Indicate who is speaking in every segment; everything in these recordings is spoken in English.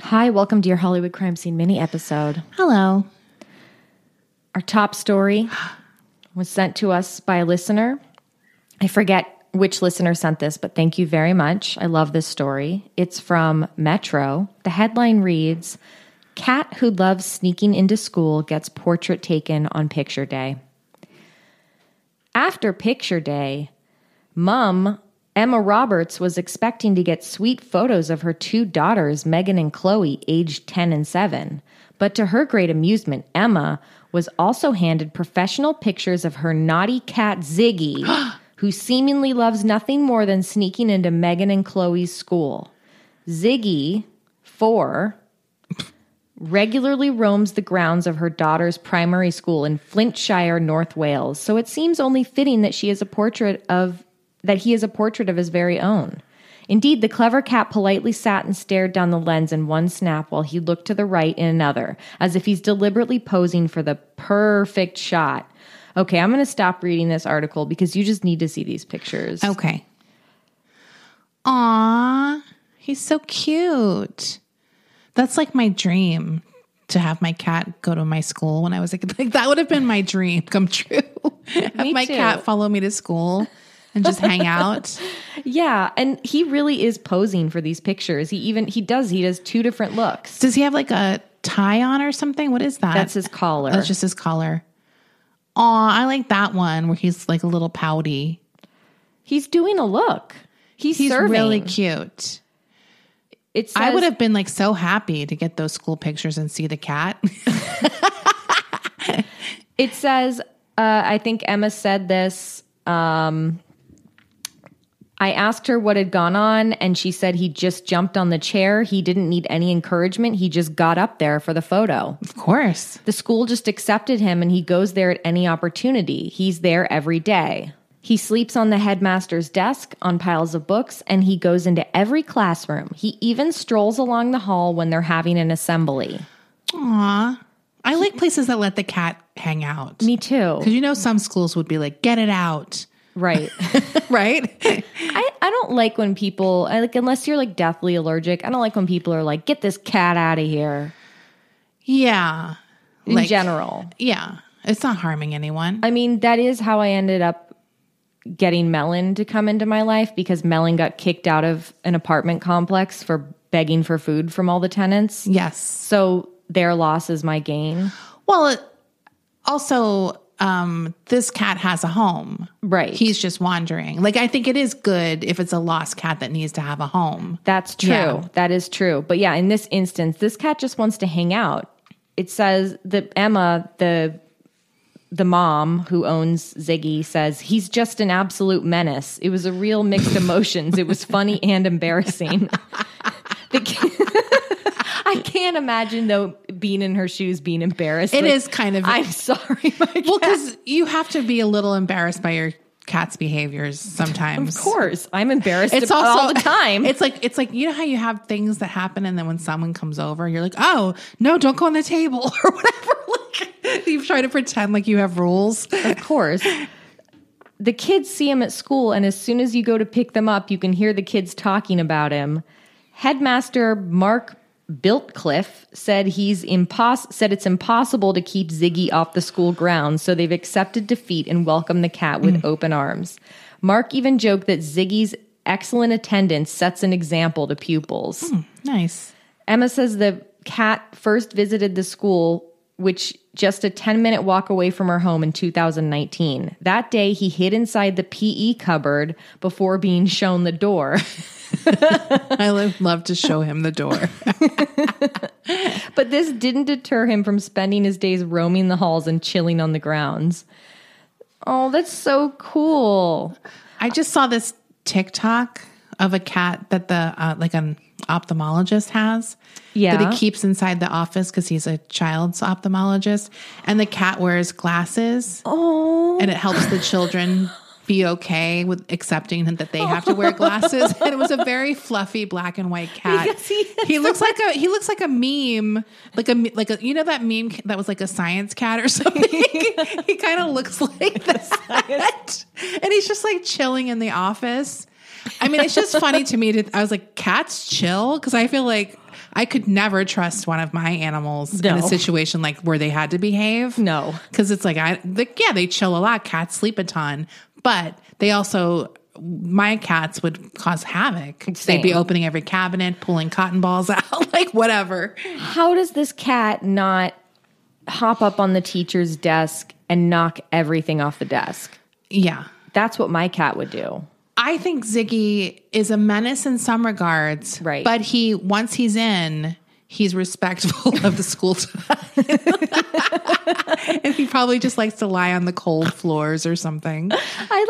Speaker 1: Hi, welcome to your Hollywood crime scene mini episode.
Speaker 2: Hello.
Speaker 1: Our top story was sent to us by a listener. I forget which listener sent this, but thank you very much. I love this story. It's from Metro. The headline reads Cat who loves sneaking into school gets portrait taken on picture day. After picture day, Mum, Emma Roberts, was expecting to get sweet photos of her two daughters, Megan and Chloe, aged 10 and 7. But to her great amusement, Emma was also handed professional pictures of her naughty cat, Ziggy, who seemingly loves nothing more than sneaking into Megan and Chloe's school. Ziggy, four, regularly roams the grounds of her daughter's primary school in Flintshire, North Wales. So it seems only fitting that she is a portrait of that he is a portrait of his very own. Indeed, the clever cat politely sat and stared down the lens in one snap while he looked to the right in another, as if he's deliberately posing for the perfect shot. Okay, I'm going to stop reading this article because you just need to see these pictures.
Speaker 2: Okay. Aw, he's so cute. That's like my dream to have my cat go to my school when I was like, like that would have been my dream come true. have
Speaker 1: Me
Speaker 2: my
Speaker 1: too.
Speaker 2: cat follow me to school and just hang out.
Speaker 1: Yeah, and he really is posing for these pictures. He even he does he does two different looks.
Speaker 2: Does he have like a tie on or something? What is that?
Speaker 1: That's his collar.
Speaker 2: That's just his collar. Aw, I like that one where he's like a little pouty.
Speaker 1: He's doing a look. He's,
Speaker 2: He's
Speaker 1: serving.
Speaker 2: really cute.
Speaker 1: It
Speaker 2: I
Speaker 1: says-
Speaker 2: would have been like so happy to get those school pictures and see the cat.
Speaker 1: It says. Uh, I think Emma said this. Um, I asked her what had gone on, and she said he just jumped on the chair. He didn't need any encouragement. He just got up there for the photo.
Speaker 2: of course.
Speaker 1: The school just accepted him and he goes there at any opportunity. He's there every day. He sleeps on the headmaster's desk on piles of books and he goes into every classroom. He even strolls along the hall when they're having an assembly.
Speaker 2: Aw. I like places that let the cat hang out.
Speaker 1: Me too.
Speaker 2: Because you know, some schools would be like, get it out,
Speaker 1: Right.
Speaker 2: right?
Speaker 1: I, I don't like when people, I like, unless you're like deathly allergic, I don't like when people are like, get this cat out of here
Speaker 2: yeah.
Speaker 1: in
Speaker 2: Like-
Speaker 1: general.
Speaker 2: Yeah. It's not harming anyone.
Speaker 1: I mean, that is how I ended up getting Melon to come into my life because Melon got kicked out of an apartment complex for begging for food from all the tenants.
Speaker 2: yes.
Speaker 1: So their loss is my gain.
Speaker 2: Well, it, also, um, this cat has a home.
Speaker 1: Right.
Speaker 2: He's just wandering. Like, I think it is good if it's a lost cat that needs to have a home.
Speaker 1: That's true.
Speaker 2: Yeah.
Speaker 1: That is true. But yeah, in this instance, this cat just wants to hang out. It says that Emma, the the mom who owns Ziggy says he's just an absolute menace. It was a real mixed emotions. It was funny and embarrassing. The ki- I can't imagine though being in her shoes being embarrassed.
Speaker 2: It
Speaker 1: It
Speaker 2: is
Speaker 1: is
Speaker 2: kind of-
Speaker 1: I'm sorry. My cat.
Speaker 2: Well, because you have to be a little embarrassed by your cat's behaviors sometimes.
Speaker 1: of course, I'm embarrassed.
Speaker 2: It's
Speaker 1: about-
Speaker 2: also
Speaker 1: all the time.
Speaker 2: It's like it's like you know how you have things that happen, and then when someone comes over, you're like, "Oh no, don't go on the table" or whatever. Like you try to pretend like you have rules.
Speaker 1: Of course. The kids see him at school, and as soon as you go to pick them up, you can hear the kids talking about him. Headmaster Mark Biltcliffe said he's impos- said it's impossible to keep Ziggy off the school grounds, so they've accepted defeat and welcomed the cat with open arms. Mark even joked that Ziggy's excellent attendance sets an example to pupils.
Speaker 2: Nice.
Speaker 1: Emma says the cat first visited the school, which just a 10 minute walk away from her home in 2019. That day, he hid inside the PE cupboard before being shown the door.
Speaker 2: I lo- love to show him the door.
Speaker 1: but this didn't deter him from spending his days roaming the halls and chilling on the grounds. Oh, that's so cool.
Speaker 2: I just saw this TikTok of a cat that the uh, like an ophthalmologist has that
Speaker 1: Yeah.
Speaker 2: he keeps inside the office because he's a child's ophthalmologist, and the cat wears glasses. Oh, and it helps the children. Be okay with accepting that they have to wear glasses, and it was a very fluffy black and white cat.
Speaker 1: Because he has
Speaker 2: he looks like a he looks like a meme, like a me- like a you know that meme that was like a science cat or something. he kind of looks like this, and he's just like chilling in the office. I mean, it's just funny to me. To, I was like, cats chill because I feel like I could never trust one of my animals in a
Speaker 1: No.
Speaker 2: situation like where they had to behave.
Speaker 1: No.
Speaker 2: because it's like I, like, yeah, they chill a lot. Cats sleep a ton, but they also. My cats would cause havoc. They'd be
Speaker 1: Same.
Speaker 2: opening every cabinet, pulling cotton balls out, like whatever.
Speaker 1: How does this cat not hop up on the teacher's desk and knock everything off the desk?
Speaker 2: Yeah.
Speaker 1: That's what my cat would do.
Speaker 2: I think Ziggy is a menace in some regards.
Speaker 1: Right.
Speaker 2: But he, once he's in, he's respectful of the school time. and he probably just likes to lie on the cold floors or something.
Speaker 1: I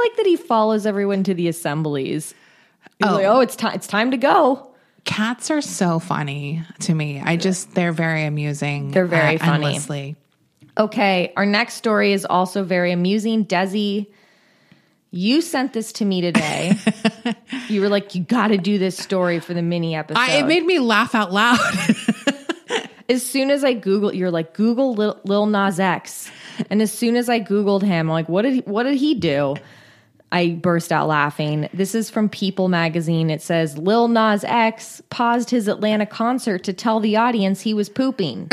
Speaker 1: like that he follows everyone to the assemblies. He's like, oh, it's time it's time to go.
Speaker 2: Cats are so funny to me. I just, they're very amusing.
Speaker 1: They're very funny.
Speaker 2: endlessly.
Speaker 1: Okay, our next story is also very amusing. Desi, you sent this to me today. you were like, you got to do this story for the mini episode.
Speaker 2: I, it made me laugh out loud.
Speaker 1: as soon as I Google, you're like, Google Lil, Lil Nas X, and as soon as I Googled him, I'm like, what did he, what did he do? I burst out laughing. This is from People magazine. It says Lil Nas X paused his Atlanta concert to tell the audience he was pooping.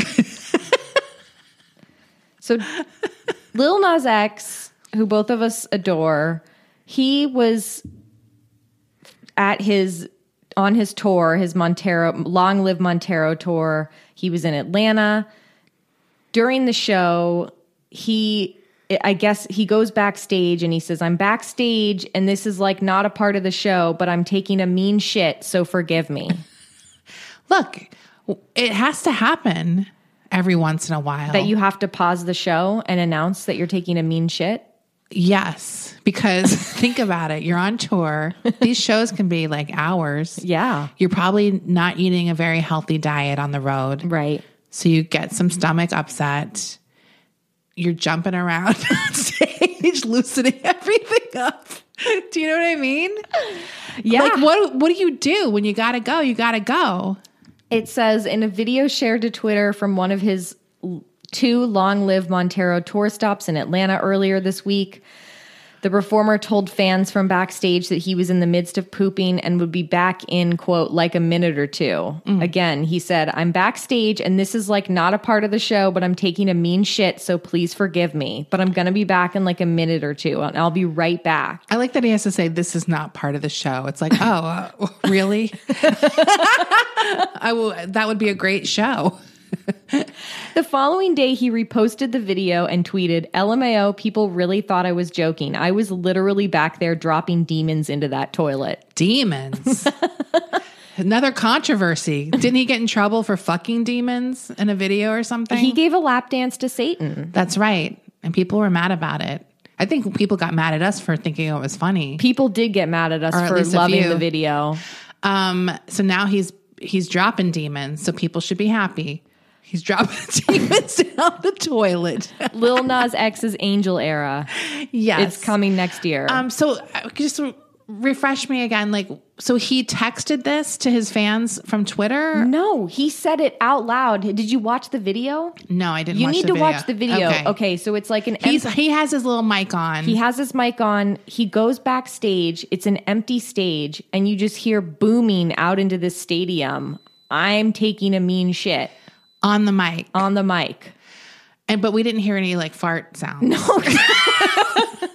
Speaker 1: so Lil Nas X, who both of us adore, he was at his on his tour, his Montero Long Live Montero tour. He was in Atlanta. During the show, he I guess he goes backstage and he says, "I'm backstage and this is like not a part of the show, but I'm taking a mean shit, so forgive me."
Speaker 2: Look, it has to happen every once in a while.
Speaker 1: that you have to pause the show and announce that you're taking a mean shit.
Speaker 2: Yes, because think about it. You're on tour. These shows can be like hours.
Speaker 1: Yeah.
Speaker 2: You're probably not eating a very healthy diet on the road.
Speaker 1: Right.
Speaker 2: So you get some stomach upset. You're jumping around on stage, loosening everything up. Do you know what I mean?
Speaker 1: Yeah.
Speaker 2: Like what what do you do when you gotta go? You gotta go.
Speaker 1: It says in a video shared to Twitter from one of his l- two long live Montero tour stops in Atlanta earlier this week, the performer told fans from backstage that he was in the midst of pooping and would be back in, quote, like a minute or two. Again, he said, I'm backstage and this is like not a part of the show, but I'm taking a mean shit, so please forgive me. But I'm going to be back in like a minute or two and I'll be right back.
Speaker 2: I like that he has to say this is not part of the show. It's like, oh, uh, really? I will. That would be a great show.
Speaker 1: The following day, he reposted the video and tweeted, LMAO, people really thought I was joking. I was literally back there dropping demons into that toilet.
Speaker 2: demons. Another controversy. Didn't he get in trouble for fucking demons in a video or something?
Speaker 1: He gave a lap dance to Satan.
Speaker 2: That's right. And people were mad about it. I think people got mad at us for thinking it was funny.
Speaker 1: People did get mad at us
Speaker 2: Or at
Speaker 1: for
Speaker 2: least a
Speaker 1: loving
Speaker 2: few.
Speaker 1: the video.
Speaker 2: Um, so now he's he's dropping demons, so people should be happy. He's dropping demons down the toilet.
Speaker 1: Lil Nas X's Angel Era.
Speaker 2: yes.
Speaker 1: It's coming next year.
Speaker 2: Um, so uh, just r- refresh me again. Like, so he texted this to his fans from Twitter.
Speaker 1: no, he said it out loud. Did you watch the video?
Speaker 2: No, I didn't.
Speaker 1: You
Speaker 2: watch
Speaker 1: need
Speaker 2: the
Speaker 1: to
Speaker 2: video.
Speaker 1: watch the video. Okay. so it's like an
Speaker 2: He's, he has his little mic on.
Speaker 1: He has his mic on. He goes backstage. It's an empty stage, and you just hear booming out into this stadium. I'm taking a mean shit
Speaker 2: on the mic.
Speaker 1: on the mic.
Speaker 2: And but we didn't hear any like fart sounds. No.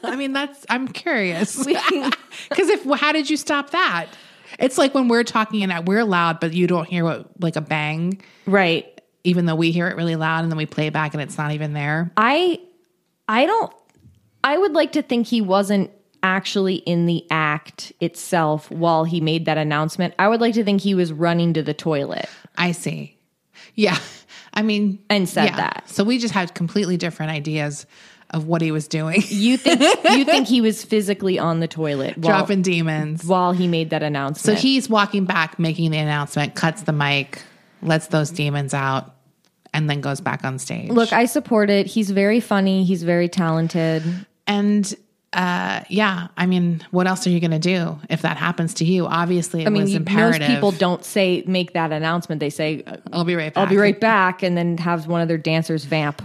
Speaker 2: I mean, that's I'm curious. Cuz if how did you stop that? It's like when we're talking and we're loud but you don't hear what like a bang
Speaker 1: Right.
Speaker 2: even though we hear it really loud and then we play it back and it's not even there.
Speaker 1: I I don't I would like to think he wasn't actually in the act itself while he made that announcement. I would like to think he was running to the toilet.
Speaker 2: I see. Yeah. I mean,
Speaker 1: And said
Speaker 2: yeah.
Speaker 1: that.
Speaker 2: So we just had completely different ideas of what he was doing,
Speaker 1: You think you think he was physically on the toilet while,
Speaker 2: dropping demons.
Speaker 1: while he made that
Speaker 2: So
Speaker 1: announcement.
Speaker 2: he's walking back, making the announcement, cuts the mic, lets those demons out, and then goes back on stage.
Speaker 1: Look, I support it. He's very funny. He's very talented.
Speaker 2: and uh, yeah, I mean, what else are you going to do if that happens to you? Obviously, it
Speaker 1: I mean,
Speaker 2: was
Speaker 1: you- most
Speaker 2: imperative.
Speaker 1: people don't say make that announcement. They say uh,
Speaker 2: I'll be right back.
Speaker 1: I'll be right back, and then have one of their dancers vamp.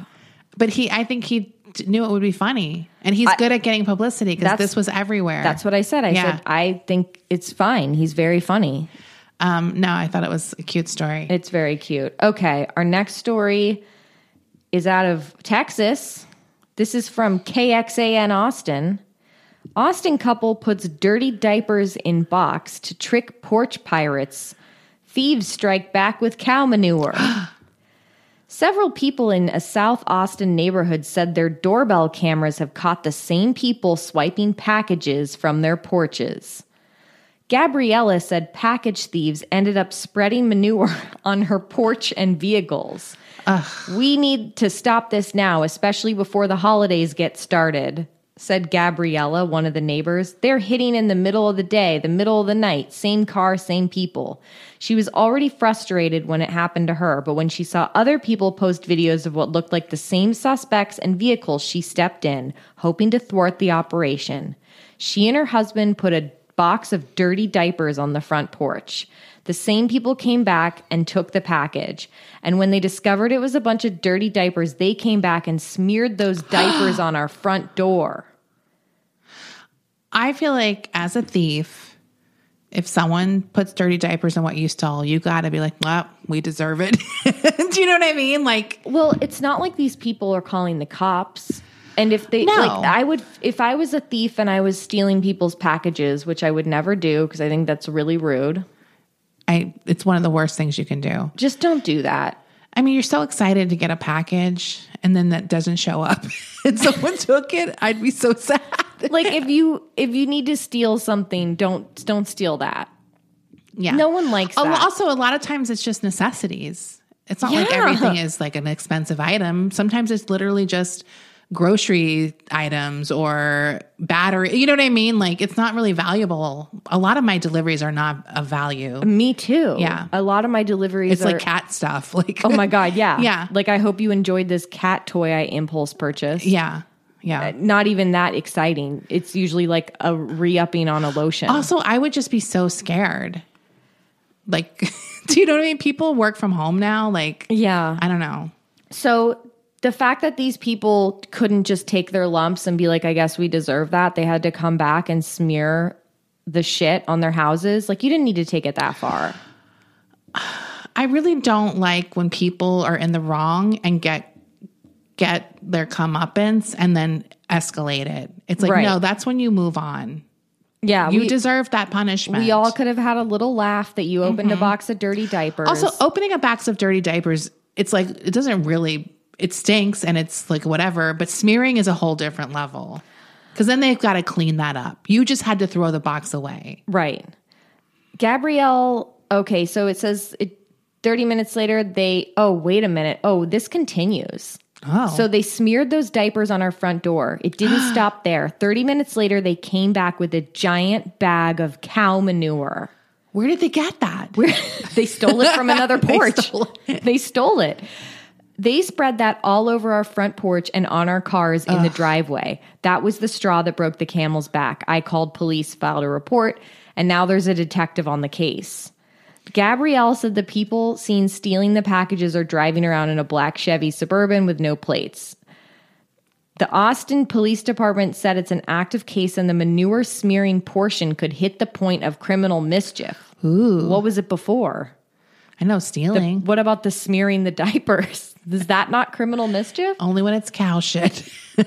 Speaker 2: But he, I think he d- knew it would be funny, and he's good at getting publicity because
Speaker 1: That's-
Speaker 2: this was everywhere.
Speaker 1: That's what I said. I
Speaker 2: Yeah.
Speaker 1: said I think it's fine. He's very funny.
Speaker 2: Um, no, I thought it was a cute story.
Speaker 1: It's very cute. Okay, our next story is out of Texas. This is from KXAN Austin. Austin couple puts dirty diapers in box to trick porch pirates. Thieves strike back with cow manure. Several people in a South Austin neighborhood said their doorbell cameras have caught the same people swiping packages from their porches. Gabriella said package thieves ended up spreading manure on her porch and vehicles. We need to stop this now, especially before the holidays get started, said Gabriella, one of the neighbors. They're hitting in the middle of the day, the middle of the night, same car, same people. She was already frustrated when it happened to her, but when she saw other people post videos of what looked like the same suspects and vehicles, she stepped in, hoping to thwart the operation. She and her husband put a box of dirty diapers on the front porch. The same people came back and took the package. And when they discovered it was a bunch of dirty diapers, they came back and smeared those diapers on our front door.
Speaker 2: I feel like as a thief, if someone puts dirty diapers on what you stole, you got to be like, well, we deserve it. Do you know what I mean? Like,
Speaker 1: Well, it's not like these people are calling the cops. And if they
Speaker 2: No.
Speaker 1: like I would if I was a thief and I was stealing people's packages, which I would never do because I think that's really rude.
Speaker 2: I, it's one of the worst things you can do.
Speaker 1: Just don't do that.
Speaker 2: I mean, you're so excited to get a package and then that doesn't show up and someone took it. I'd be so sad.
Speaker 1: Like if you if you need to steal something, don't don't steal that.
Speaker 2: Yeah.
Speaker 1: No one likes
Speaker 2: A lo-
Speaker 1: that.
Speaker 2: Oh, Also, a lot of times it's just necessities. It's not like
Speaker 1: Yeah.
Speaker 2: everything is like an expensive item. Sometimes it's literally just grocery items or battery. You know what I mean? Like it's not really valuable. A lot of my deliveries are not of value.
Speaker 1: Me too.
Speaker 2: Yeah.
Speaker 1: A lot of my deliveries
Speaker 2: It's
Speaker 1: are
Speaker 2: like cat stuff. Like
Speaker 1: Oh my god, yeah.
Speaker 2: Yeah.
Speaker 1: Like I hope you enjoyed this cat toy I impulse purchased.
Speaker 2: yeah, yeah.
Speaker 1: Not even that exciting. It's usually like a re-upping on a lotion.
Speaker 2: Also, I would just be so scared. Like, do you know what I mean? People work from home now. Like,
Speaker 1: yeah.
Speaker 2: I don't know.
Speaker 1: So the fact that these people couldn't just take their lumps and be like, I guess we deserve that, they had to come back and smear the shit on their houses. Like you didn't need to take it that far.
Speaker 2: I really don't like when people are in the wrong and get get their comeuppance and then escalate it. It's like
Speaker 1: Right.
Speaker 2: no, that's when you move on.
Speaker 1: Yeah.
Speaker 2: You
Speaker 1: we,
Speaker 2: deserve that punishment.
Speaker 1: we all could have had a little laugh that you opened a box of dirty diapers.
Speaker 2: Mm-hmm. also opening a box of dirty diapers. It's like it doesn't really. It stinks and it's like whatever, but smearing is a whole different level. Because then they've got to clean that up. You just had to throw the box away.
Speaker 1: Right. Gabrielle, okay, so it says it, 30 minutes later, they, oh, wait a minute. Oh, this continues.
Speaker 2: Oh,
Speaker 1: So they smeared those diapers on our front door. It didn't stop there. 30 minutes later, they came back with a giant bag of cow manure.
Speaker 2: where did they get that?
Speaker 1: They stole it from another porch.
Speaker 2: stole
Speaker 1: They stole it. They spread that all over our front porch and on our cars in the driveway. That was the straw that broke the camel's back. I called police, filed a report, and now there's a detective on the case. Gabrielle said the people seen stealing the packages are driving around in a black Chevy Suburban with no plates. The Austin Police Department said it's an active case and the manure smearing portion could hit the point of criminal mischief. Ooh. What was it before?
Speaker 2: I know stealing.
Speaker 1: What about the smearing the diapers? Is that not criminal mischief?
Speaker 2: Only when it's cow shit.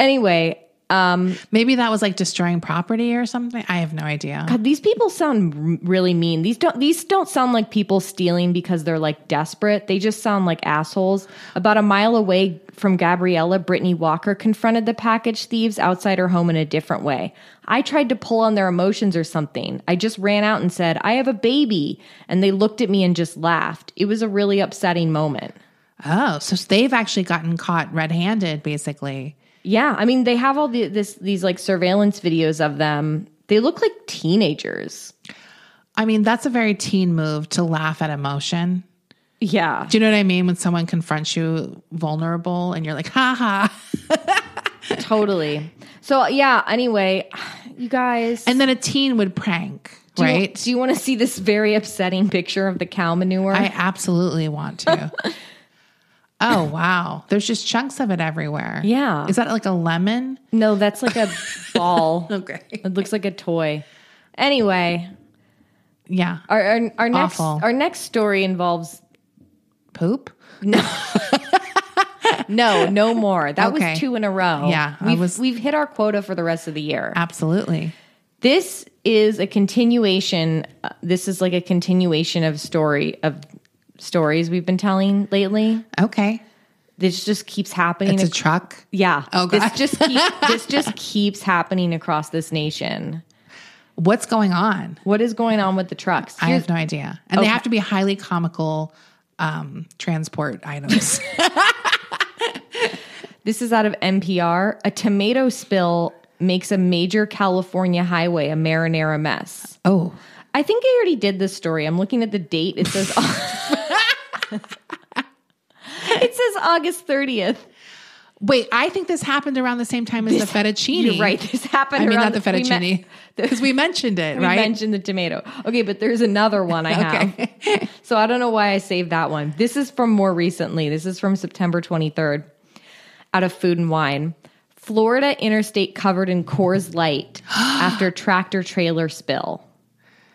Speaker 1: Anyway, um,
Speaker 2: Maybe that was like destroying property or something. I have no idea.
Speaker 1: God, these people sound r- really mean. These don't these don't sound like people stealing because they're like desperate. They just sound like assholes. About a mile away from Gabriella, Brittany Walker confronted the package thieves outside her home in a different way. I tried to pull on their emotions or something. I just ran out and said, "I have a baby," and they looked at me and just laughed. It was a really upsetting moment.
Speaker 2: Oh, so they've actually gotten caught red-handed, basically.
Speaker 1: Yeah, I mean they have all the, this these like surveillance videos of them. They look like teenagers.
Speaker 2: I mean, that's a very teen move to laugh at emotion.
Speaker 1: Yeah.
Speaker 2: Do you know what I mean? When someone confronts you vulnerable and you're like, ha ha.
Speaker 1: totally. So yeah, anyway, you guys
Speaker 2: And then a teen would prank,
Speaker 1: do you-
Speaker 2: right?
Speaker 1: do you want to see this very upsetting picture of the cow manure?
Speaker 2: I absolutely want to. oh, wow. There's just chunks of it everywhere.
Speaker 1: Yeah.
Speaker 2: Is that like a lemon?
Speaker 1: no, that's like a ball.
Speaker 2: Okay.
Speaker 1: It looks like a toy. Anyway,
Speaker 2: Yeah.
Speaker 1: our our, our next
Speaker 2: Awful.
Speaker 1: our next story involves
Speaker 2: Poop?
Speaker 1: no, no more. That
Speaker 2: Okay.
Speaker 1: was two in a row.
Speaker 2: Yeah, I
Speaker 1: we've,
Speaker 2: was-
Speaker 1: we've hit our quota for the rest of the year.
Speaker 2: Absolutely.
Speaker 1: This is a continuation. uh, This is like a continuation of story of stories we've been telling lately.
Speaker 2: Okay.
Speaker 1: This just keeps happening.
Speaker 2: It's a
Speaker 1: ac-
Speaker 2: truck.
Speaker 1: yeah.
Speaker 2: Oh,
Speaker 1: this
Speaker 2: God.
Speaker 1: just keep, this just keeps happening across this nation.
Speaker 2: What's going on?
Speaker 1: What is going on with the trucks?
Speaker 2: I have no idea. And they have to be highly comical um, transport items.
Speaker 1: This is out of NPR. A tomato spill makes a major California highway a marinara mess.
Speaker 2: oh.
Speaker 1: I think I already did this story. I'm looking at the date. It says It says August 30th.
Speaker 2: Wait, I think this happened around the same time as the fettuccine.
Speaker 1: You're right. This happened
Speaker 2: I mean,
Speaker 1: around
Speaker 2: not the
Speaker 1: we met-
Speaker 2: fettuccine. Because we mentioned it,
Speaker 1: We
Speaker 2: right?
Speaker 1: mentioned the tomato. Okay, but there's another one I have. so I don't know why I saved that one. This is from more recently. This is from September 23rd out of Food and Wine. Florida interstate covered in Coors Light after tractor trailer spill.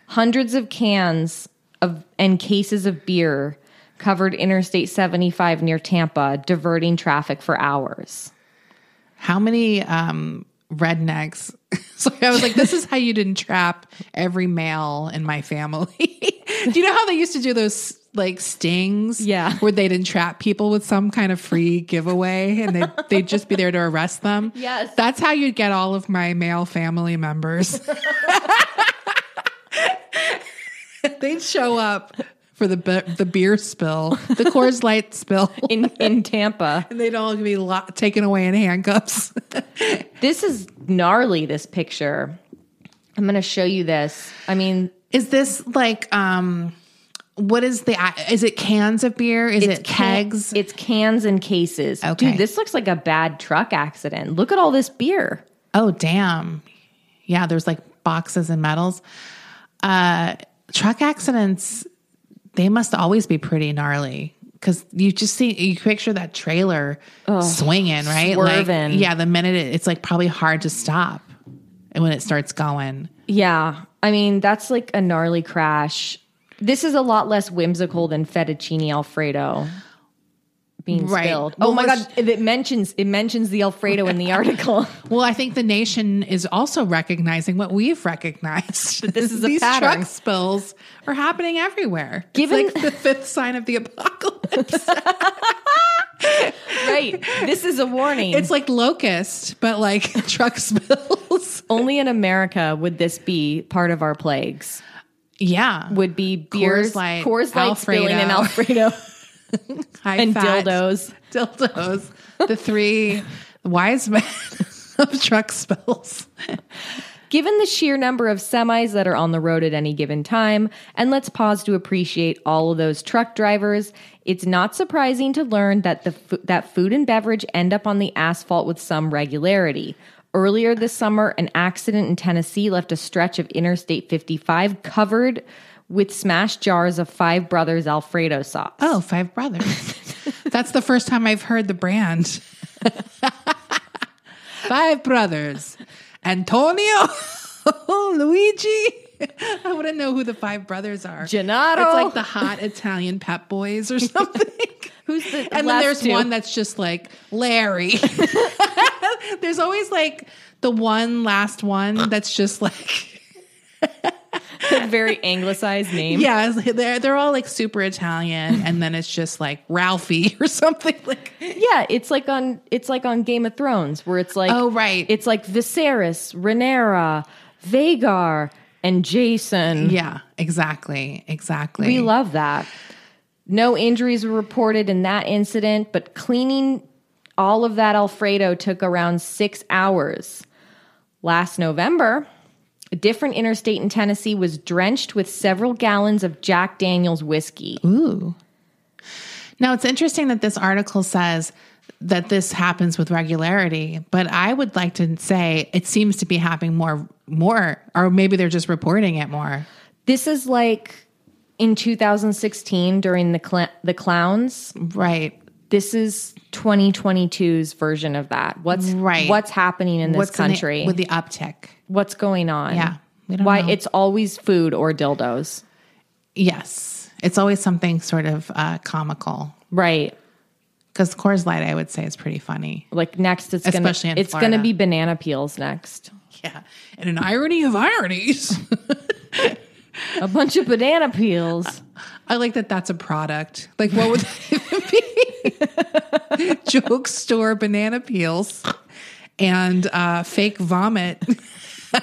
Speaker 1: Hundreds of cans of and cases of beer covered Interstate 75 near Tampa, diverting traffic for hours.
Speaker 2: How many um, rednecks? so I was like, this is how you'd entrap every male in my family. do you know how they used to do those like stings?
Speaker 1: Yeah.
Speaker 2: Where they'd entrap people with some kind of free giveaway and they'd, they'd just be there to arrest them?
Speaker 1: Yes.
Speaker 2: That's how you'd get all of my male family members. they'd show up for the, be- the beer spill, the Coors Light spill.
Speaker 1: In in Tampa.
Speaker 2: And they'd all be lo- taken away in handcuffs.
Speaker 1: This is gnarly, this picture. I'm going to show you this. I mean,
Speaker 2: Is this like um what is the is it cans of beer? Is it
Speaker 1: can-
Speaker 2: kegs?
Speaker 1: It's cans and cases.
Speaker 2: Okay.
Speaker 1: Dude, this looks like a bad truck accident. Look at all this beer.
Speaker 2: oh damn. Yeah, there's like boxes and medals. Uh truck accidents they must always be pretty gnarly cuz you just see you picture that trailer swinging, right? Like,
Speaker 1: swerving.
Speaker 2: yeah, the minute it, it's like probably hard to stop when it starts going.
Speaker 1: Yeah. I mean, that's like a gnarly crash. This is a lot less whimsical than fettuccine alfredo being
Speaker 2: Right.
Speaker 1: spilled.
Speaker 2: Well,
Speaker 1: oh my
Speaker 2: let's-
Speaker 1: god, it mentions it mentions the alfredo in the article.
Speaker 2: Well, I think the nation is also recognizing what we've recognized.
Speaker 1: this is a
Speaker 2: These
Speaker 1: pattern.
Speaker 2: truck spills are happening everywhere.
Speaker 1: Given-
Speaker 2: it's like the fifth sign of the apocalypse.
Speaker 1: right. This is a warning.
Speaker 2: it's like locust, but like truck spills.
Speaker 1: only in America would this be part of our plagues.
Speaker 2: Yeah.
Speaker 1: would be beers,
Speaker 2: Coors Light,
Speaker 1: Coors Light spilling and
Speaker 2: Alfredo.
Speaker 1: Alfredo
Speaker 2: High
Speaker 1: and
Speaker 2: fat
Speaker 1: dildos.
Speaker 2: Dildos. The three wise men of truck spills.
Speaker 1: Given the sheer number of semis that are on the road at any given time, and let's pause to appreciate all of those truck drivers, it's not surprising to learn that the fo- that food and beverage end up on the asphalt with some regularity. Earlier this summer, an accident in Tennessee left a stretch of Interstate 55 covered with smashed jars of Five Brothers Alfredo sauce.
Speaker 2: Oh, Five Brothers. That's the first time I've heard the brand. Five Brothers. Antonio, Luigi. I wouldn't know who the Five Brothers are.
Speaker 1: Gennaro.
Speaker 2: It's like the hot Italian Pep Boys or something.
Speaker 1: Who's the
Speaker 2: and then
Speaker 1: last
Speaker 2: there's
Speaker 1: two?
Speaker 2: one that's just like Larry. there's always like the one last one that's just like.
Speaker 1: very anglicized name.
Speaker 2: Yeah, it's like they're they're all like super Italian, and then it's just like Ralphie or something like.
Speaker 1: Yeah, it's like on it's like on Game of Thrones where it's like
Speaker 2: Oh, right.
Speaker 1: it's like Viserys, Rhaenyra, Vagar, and Jason.
Speaker 2: Yeah, exactly, exactly.
Speaker 1: We love that. No injuries were reported in that incident, but cleaning all of that Alfredo took around six hours. Last November, a different interstate in Tennessee was drenched with several gallons of Jack Daniels whiskey.
Speaker 2: Ooh. Now it's interesting that this article says that this happens with regularity, but I would like to say it seems to be happening more more or maybe they're just reporting it more.
Speaker 1: This is like in 2016 during the cl- the clowns.
Speaker 2: Right.
Speaker 1: This is 2022's version of that. What's
Speaker 2: Right.
Speaker 1: what's happening in this
Speaker 2: What's in the-
Speaker 1: country?
Speaker 2: with the uptick?
Speaker 1: what's going on?
Speaker 2: Yeah, we don't
Speaker 1: Why
Speaker 2: know.
Speaker 1: it's always food or dildos.
Speaker 2: Yes. It's always something sort of uh, comical.
Speaker 1: Right.
Speaker 2: Because Coors Light, I would say, is pretty funny.
Speaker 1: Like next it's going
Speaker 2: Especially in
Speaker 1: to it's going
Speaker 2: Florida.
Speaker 1: to be banana peels next.
Speaker 2: Yeah. And an irony of ironies.
Speaker 1: A bunch of banana peels.
Speaker 2: I like that that's a product. Like, what would that even be? Joke store banana peels and uh, fake vomit. Do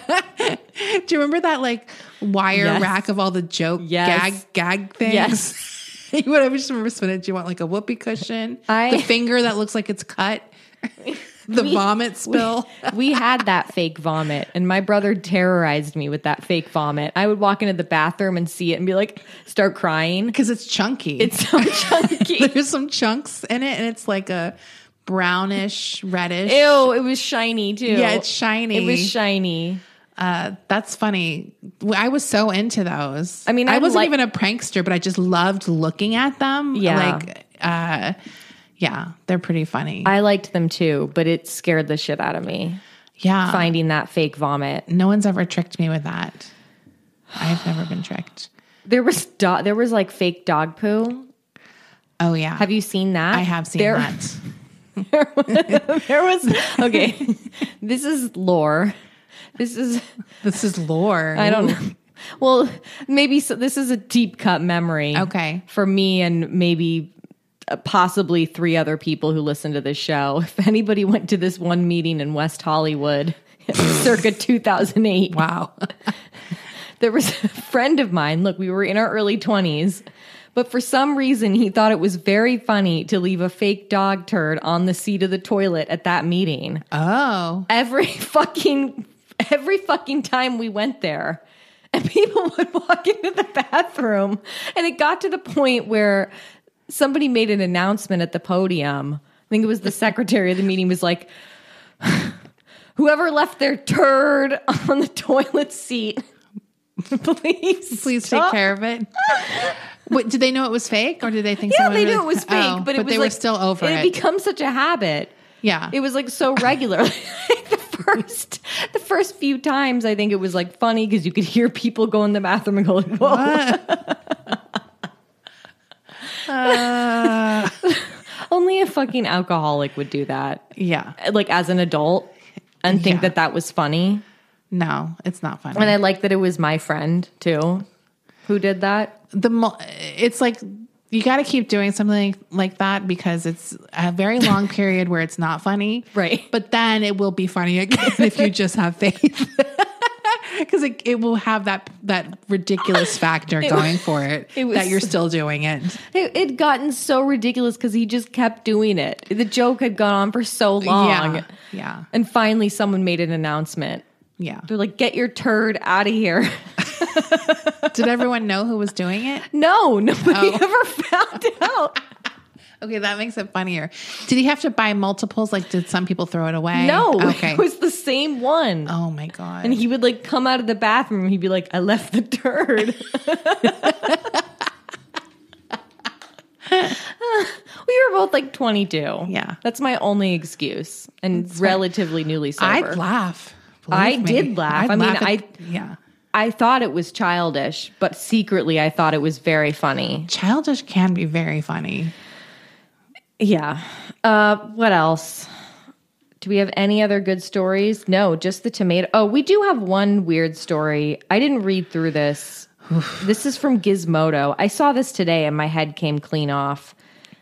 Speaker 2: you remember that like wire
Speaker 1: Yes.
Speaker 2: rack of all the joke
Speaker 1: Yes.
Speaker 2: gag gag things?
Speaker 1: Yes.
Speaker 2: you would I just remember spinach. You want like a whoopee cushion,
Speaker 1: I-
Speaker 2: the finger that looks like it's cut, the vomit spill.
Speaker 1: we had that fake vomit, and my brother terrorized me with that fake vomit. I would walk into the bathroom and see it and be like, start crying.
Speaker 2: because it's chunky.
Speaker 1: It's so chunky.
Speaker 2: there's some chunks in it, and it's like a brownish reddish.
Speaker 1: Ew, it was shiny too.
Speaker 2: Yeah, it's shiny.
Speaker 1: It was shiny.
Speaker 2: Uh, that's funny. I was so into those.
Speaker 1: I mean,
Speaker 2: I,
Speaker 1: I
Speaker 2: wasn't
Speaker 1: like-
Speaker 2: even a prankster, but I just loved looking at them.
Speaker 1: Yeah.
Speaker 2: like uh, yeah, they're pretty funny.
Speaker 1: I liked them too, but it scared the shit out of me
Speaker 2: yeah,
Speaker 1: finding that fake vomit.
Speaker 2: no one's ever tricked me with that. I've never been tricked.
Speaker 1: There was dog. There was like fake dog poo.
Speaker 2: Oh yeah,
Speaker 1: Have you seen that?
Speaker 2: I have seen
Speaker 1: there,
Speaker 2: that.
Speaker 1: There was okay. this is lore. This is
Speaker 2: This is lore.
Speaker 1: I don't know. Well, maybe so, this is a deep cut memory.
Speaker 2: Okay.
Speaker 1: For me and maybe uh, possibly three other people who listen to this show. If anybody went to this one meeting in West Hollywood circa 2008,
Speaker 2: Wow.
Speaker 1: there was a friend of mine. Look, we were in our early 20s, but for some reason, he thought it was very funny to leave a fake dog turd on the seat of the toilet at that meeting
Speaker 2: Oh,
Speaker 1: every fucking every fucking time we went there and people would walk into the bathroom and it got to the point where somebody made an announcement at the podium i think it was the secretary of the meeting was like whoever left their turd on the toilet seat please
Speaker 2: please take
Speaker 1: stop."
Speaker 2: care of it. Wait, did they know it was fake, or did they think?
Speaker 1: yeah
Speaker 2: someone
Speaker 1: they knew it was fake
Speaker 2: Oh,
Speaker 1: but it was
Speaker 2: they were
Speaker 1: like-
Speaker 2: still over it.
Speaker 1: it becomes such a habit
Speaker 2: yeah,
Speaker 1: it was like so regular. the first, the first few times, I think it was like funny because you could hear people go in the bathroom and go like, "Whoa!"
Speaker 2: Uh,
Speaker 1: Only a fucking alcoholic would do that,
Speaker 2: yeah.
Speaker 1: like as an adult, and think
Speaker 2: Yeah.
Speaker 1: that that was funny.
Speaker 2: No, it's not funny.
Speaker 1: And I like that it was my friend too, who did that.
Speaker 2: the mo- it's like you got to keep doing something like that because it's a very long period where it's not funny.
Speaker 1: Right.
Speaker 2: But then it will be funny again if you just have faith. Because it, it will have that that ridiculous factor going for it,
Speaker 1: it was-
Speaker 2: that you're still doing it.
Speaker 1: It it had gotten so ridiculous because he just kept doing it. The joke had gone on for so long,
Speaker 2: Yeah, yeah,
Speaker 1: and finally someone made an announcement.
Speaker 2: yeah.
Speaker 1: They're like, get your turd out of here.
Speaker 2: Did everyone know who was doing it?
Speaker 1: No, nobody ever found out.
Speaker 2: Okay, that makes it funnier. Did he have to buy multiples? Like, did some people throw it away?
Speaker 1: No,
Speaker 2: Okay.
Speaker 1: it was the same one.
Speaker 2: oh my god.
Speaker 1: And he would like come out of the bathroom. He'd be like, I left the turd. we were both like 22.
Speaker 2: Yeah.
Speaker 1: That's my only excuse and relatively newly sober.
Speaker 2: I'd laugh.
Speaker 1: I
Speaker 2: Believe me.
Speaker 1: did laugh.
Speaker 2: I'd
Speaker 1: I mean,
Speaker 2: laugh at-
Speaker 1: I-
Speaker 2: yeah.
Speaker 1: I thought it was childish, but secretly I thought it was very funny.
Speaker 2: Childish can be very funny.
Speaker 1: Yeah. Uh, what else? Do we have any other good stories? No, just the tomato. Oh, we do have one weird story. I didn't read through this. this is from Gizmodo. I saw this today and my head came clean off.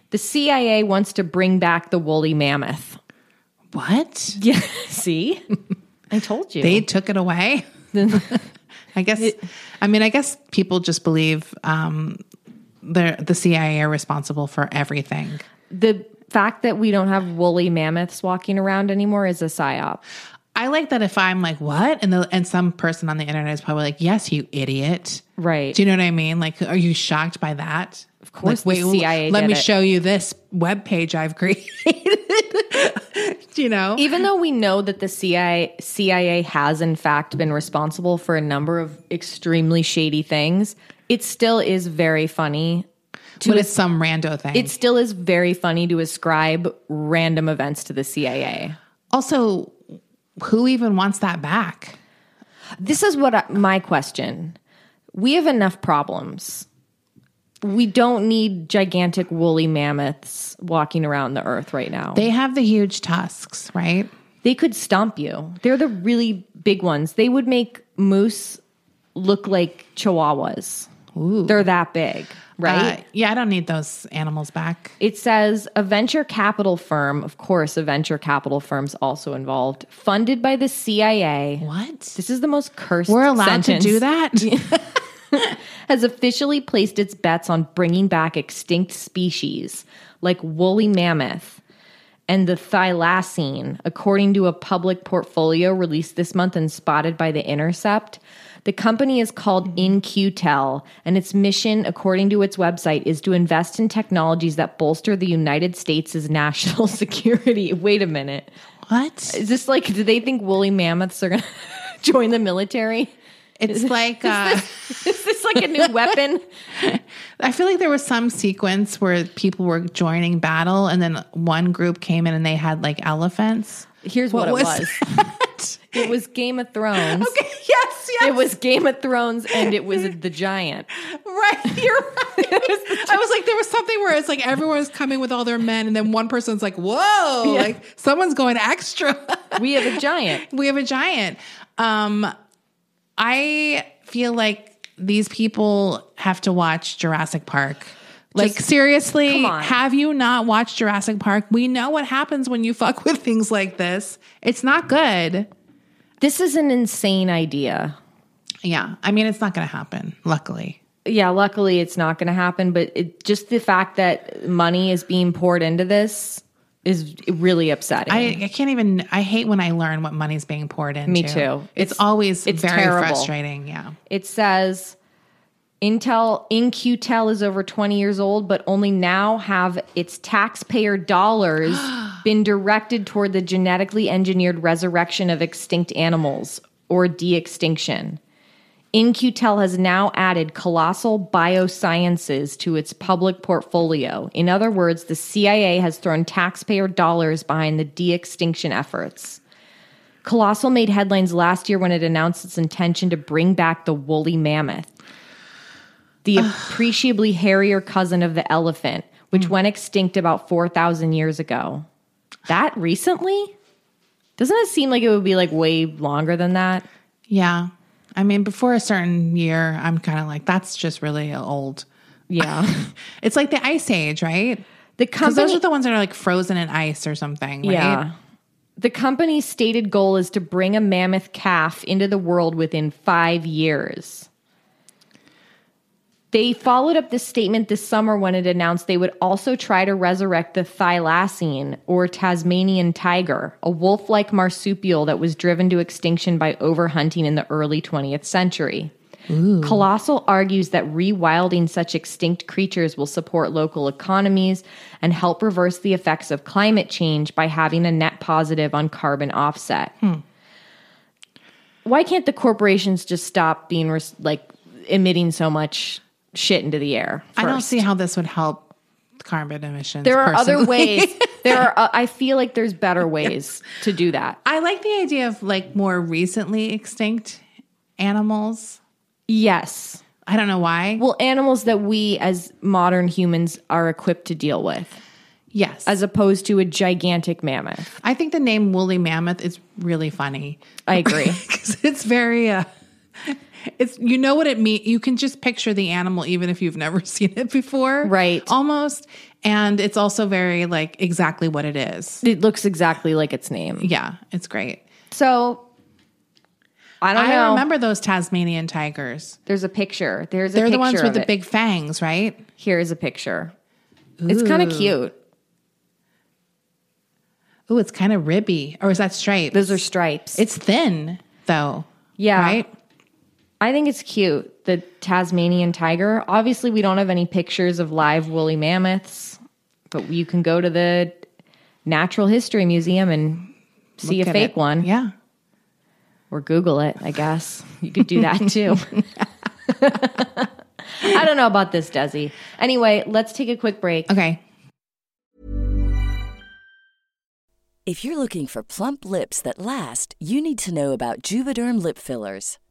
Speaker 1: The CIA wants to bring back the woolly mammoth.
Speaker 2: What?
Speaker 1: Yeah. See? I told you.
Speaker 2: They took it away. I guess. I mean, I guess people just believe um, the the CIA are responsible for everything.
Speaker 1: The fact that we don't have woolly mammoths walking around anymore is a psyop.
Speaker 2: I like that if I'm like, what? And the, and some person on the internet is probably like, yes, you idiot.
Speaker 1: Right.
Speaker 2: Do you know what I mean? Like, are you shocked by that? Of
Speaker 1: course the CIA
Speaker 2: let
Speaker 1: did
Speaker 2: me
Speaker 1: it.
Speaker 2: show you this web page I've created. Do you know?
Speaker 1: Even though we know that the CIA, CIA has, in fact, been responsible for a number of extremely shady things, it still is very funny.
Speaker 2: but it's some rando thing.
Speaker 1: It still is very funny to ascribe random events to the CIA.
Speaker 2: also who even wants that back?
Speaker 1: This is what I, my question. We have enough problems. We don't need gigantic woolly mammoths walking around the earth right now. They,
Speaker 2: They have the huge tusks, right?
Speaker 1: could stomp you. They're the really big ones. They would make moose look like chihuahuas. They're that big, right?
Speaker 2: Uh, yeah, I don't need those animals back.
Speaker 1: It says a venture capital firm, of course, a venture capital firm's also involved, funded by the CIA.
Speaker 2: What?
Speaker 1: This is the most cursed.
Speaker 2: We're allowed
Speaker 1: sentence.
Speaker 2: to do that?
Speaker 1: Has officially placed its bets on bringing back extinct species like woolly mammoth and the thylacine, according to a public portfolio released this month and spotted by The Intercept. The company is called InQtel, and its mission, according to its website, is to invest in technologies that bolster the United States' national security. Wait a minute.
Speaker 2: what?
Speaker 1: Is this like, do they think woolly mammoths are going to join the military?
Speaker 2: It's like uh,
Speaker 1: Is this like a new weapon?
Speaker 2: I feel like there was some sequence where people were joining battle, and then one group came in and they had like elephants.
Speaker 1: Here's what,
Speaker 2: What
Speaker 1: it
Speaker 2: was
Speaker 1: was. It was Game of Thrones.
Speaker 2: yes, yes,
Speaker 1: It was Game of Thrones and it was the giant.
Speaker 2: right. You're right. I was like, there was something where it's like everyone's coming with all their men, and then one person's like, "Whoa!"
Speaker 1: Yeah.
Speaker 2: Like someone's going extra.
Speaker 1: We have a giant.
Speaker 2: we have a giant. Um, I feel like these people have to watch Jurassic Park. Like seriously,
Speaker 1: come on.
Speaker 2: have you not watched Jurassic Park? We know what happens when you fuck with things like this. It's not good.
Speaker 1: This is an insane idea.
Speaker 2: Yeah, I mean it's not going to happen. Luckily,
Speaker 1: Yeah, luckily it's not going to happen, but it, just the fact that money is being poured into this is really upsetting.
Speaker 2: I, I can't even. I hate when I learn what money's being poured into.
Speaker 1: Me too.
Speaker 2: It's,
Speaker 1: It's-
Speaker 2: always
Speaker 1: it's
Speaker 2: very
Speaker 1: terrible.
Speaker 2: frustrating. Yeah.
Speaker 1: it says Intel InQtel is over 20 years old, but only now have its taxpayer dollars been directed toward the genetically engineered resurrection of extinct animals or de-extinction. InQtel has now added colossal biosciences to its public portfolio. In other words, the CIA has thrown taxpayer dollars behind the de-extinction efforts. Colossal made headlines last year when it announced its intention to bring back the woolly mammoth, the appreciably hairier cousin of the elephant, which went extinct about 4,000 years ago. That recently? Doesn't it seem like it would be like way longer than that?
Speaker 2: Yeah. I mean, before a certain year, I'm kind of like, that's just really old.
Speaker 1: Yeah.
Speaker 2: It's like the ice age, right?
Speaker 1: The
Speaker 2: Because
Speaker 1: company
Speaker 2: those are the ones that are like frozen in ice or something, right?
Speaker 1: Yeah. The company's stated goal is to bring a mammoth calf into the world within five years. They followed up this statement this summer when it announced they would also try to resurrect the thylacine or Tasmanian tiger, a wolf like marsupial that was driven to extinction by overhunting in the early 20th century.
Speaker 2: Mm.
Speaker 1: Colossal argues that rewilding such extinct creatures will support local economies and help reverse the effects of climate change by having a net positive on carbon offset.
Speaker 2: Hmm.
Speaker 1: Why can't the corporations just stop being res- like emitting so much shit into the air?
Speaker 2: I don't
Speaker 1: first?
Speaker 2: see how this would help carbon emissions.
Speaker 1: There are other
Speaker 2: personally.
Speaker 1: ways. There are. Uh, I feel like there's better ways to do that.
Speaker 2: I like the idea of like more recently extinct animals.
Speaker 1: Yes.
Speaker 2: I don't know why.
Speaker 1: Well, animals that we as modern humans are equipped to deal with,
Speaker 2: yes.
Speaker 1: as opposed to a gigantic mammoth.
Speaker 2: I think the name woolly mammoth is really funny.
Speaker 1: I agree.
Speaker 2: because it's very uh it's you know what it means you can just picture the animal even if you've never seen it before
Speaker 1: Right.
Speaker 2: almost and it's also very like exactly what it is
Speaker 1: it looks exactly like its name.
Speaker 2: yeah it's great
Speaker 1: So I don't
Speaker 2: i,
Speaker 1: know.
Speaker 2: remember those tasmanian tigers
Speaker 1: There's a picture. There's a
Speaker 2: they're
Speaker 1: picture
Speaker 2: the ones
Speaker 1: of
Speaker 2: with the
Speaker 1: it.
Speaker 2: big fangs right
Speaker 1: Here is a picture. It's kind of cute.
Speaker 3: Oh, it's kind of ribby. Or is that stripes?
Speaker 1: Those are stripes.
Speaker 3: it's thin though.
Speaker 1: Yeah.
Speaker 3: Right?
Speaker 1: I think it's cute. The Tasmanian tiger. Obviously, we don't have any pictures of live woolly mammoths, but you can go to the Natural History Museum and see
Speaker 3: Look
Speaker 1: a
Speaker 3: at
Speaker 1: fake
Speaker 3: it.
Speaker 1: one
Speaker 3: Yeah.
Speaker 1: or Google it, I guess. You could do that too. I don't know about this, Desi. Anyway, let's take a quick break.
Speaker 3: Okay.
Speaker 4: If you're looking for plump lips that last, you need to know about Juvederm lip fillers.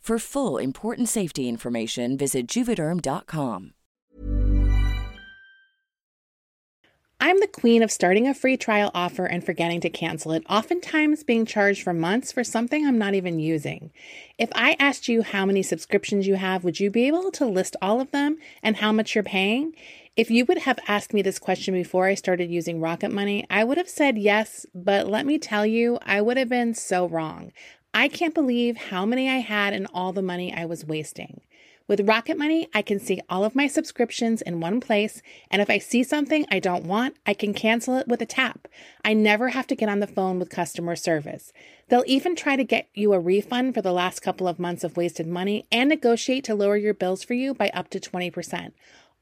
Speaker 4: For full important safety information, visit juvederm.com.
Speaker 2: I'm the queen of starting a free trial offer and forgetting to cancel it, oftentimes being charged for months for something I'm not even using. If I asked you how many subscriptions you have, would you be able to list all of them and how much you're paying? If you would have asked me this question before I started using Rocket Money, I would have said yes, but let me tell you, I would have been so wrong. I can't believe how many I had and all the money I was wasting. With Rocket Money, I can see all of my subscriptions in one place, and if I see something I don't want, I can cancel it with a tap. I never have to get on the phone with customer service. They'll even try to get you a refund for the last couple of months of wasted money and negotiate to lower your bills for you by up to 20%.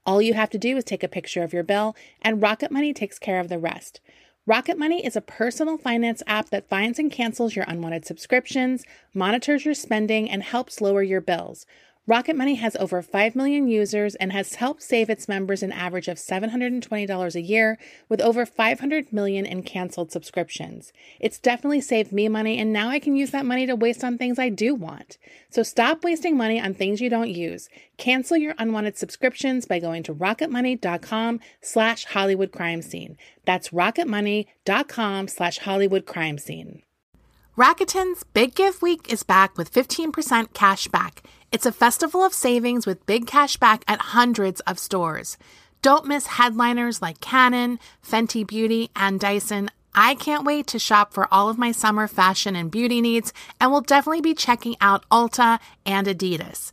Speaker 2: All you have to do is take a picture of your bill, and Rocket Money takes care of the rest. Rocket Money is a personal finance app that finds and cancels your unwanted subscriptions, monitors your spending, and helps lower your bills. Rocket Money has over 5 million users and has helped save its members an average of $720 a year with over 500 million in canceled subscriptions. It's definitely saved me money and now I can use that money to waste on things I do want. So stop wasting money on things you don't use. Cancel your unwanted subscriptions by going to rocketmoney.com slash Hollywood crime scene. That's rocketmoney.com slash Hollywood crime scene. Rakuten's Big Give Week is back with 15% cash back. It's a festival of savings with big cash back at hundreds of stores. Don't miss headliners like Canon, Fenty Beauty, and Dyson. I can't wait to shop for all of my summer fashion and beauty needs, and will definitely be checking out Ulta and Adidas.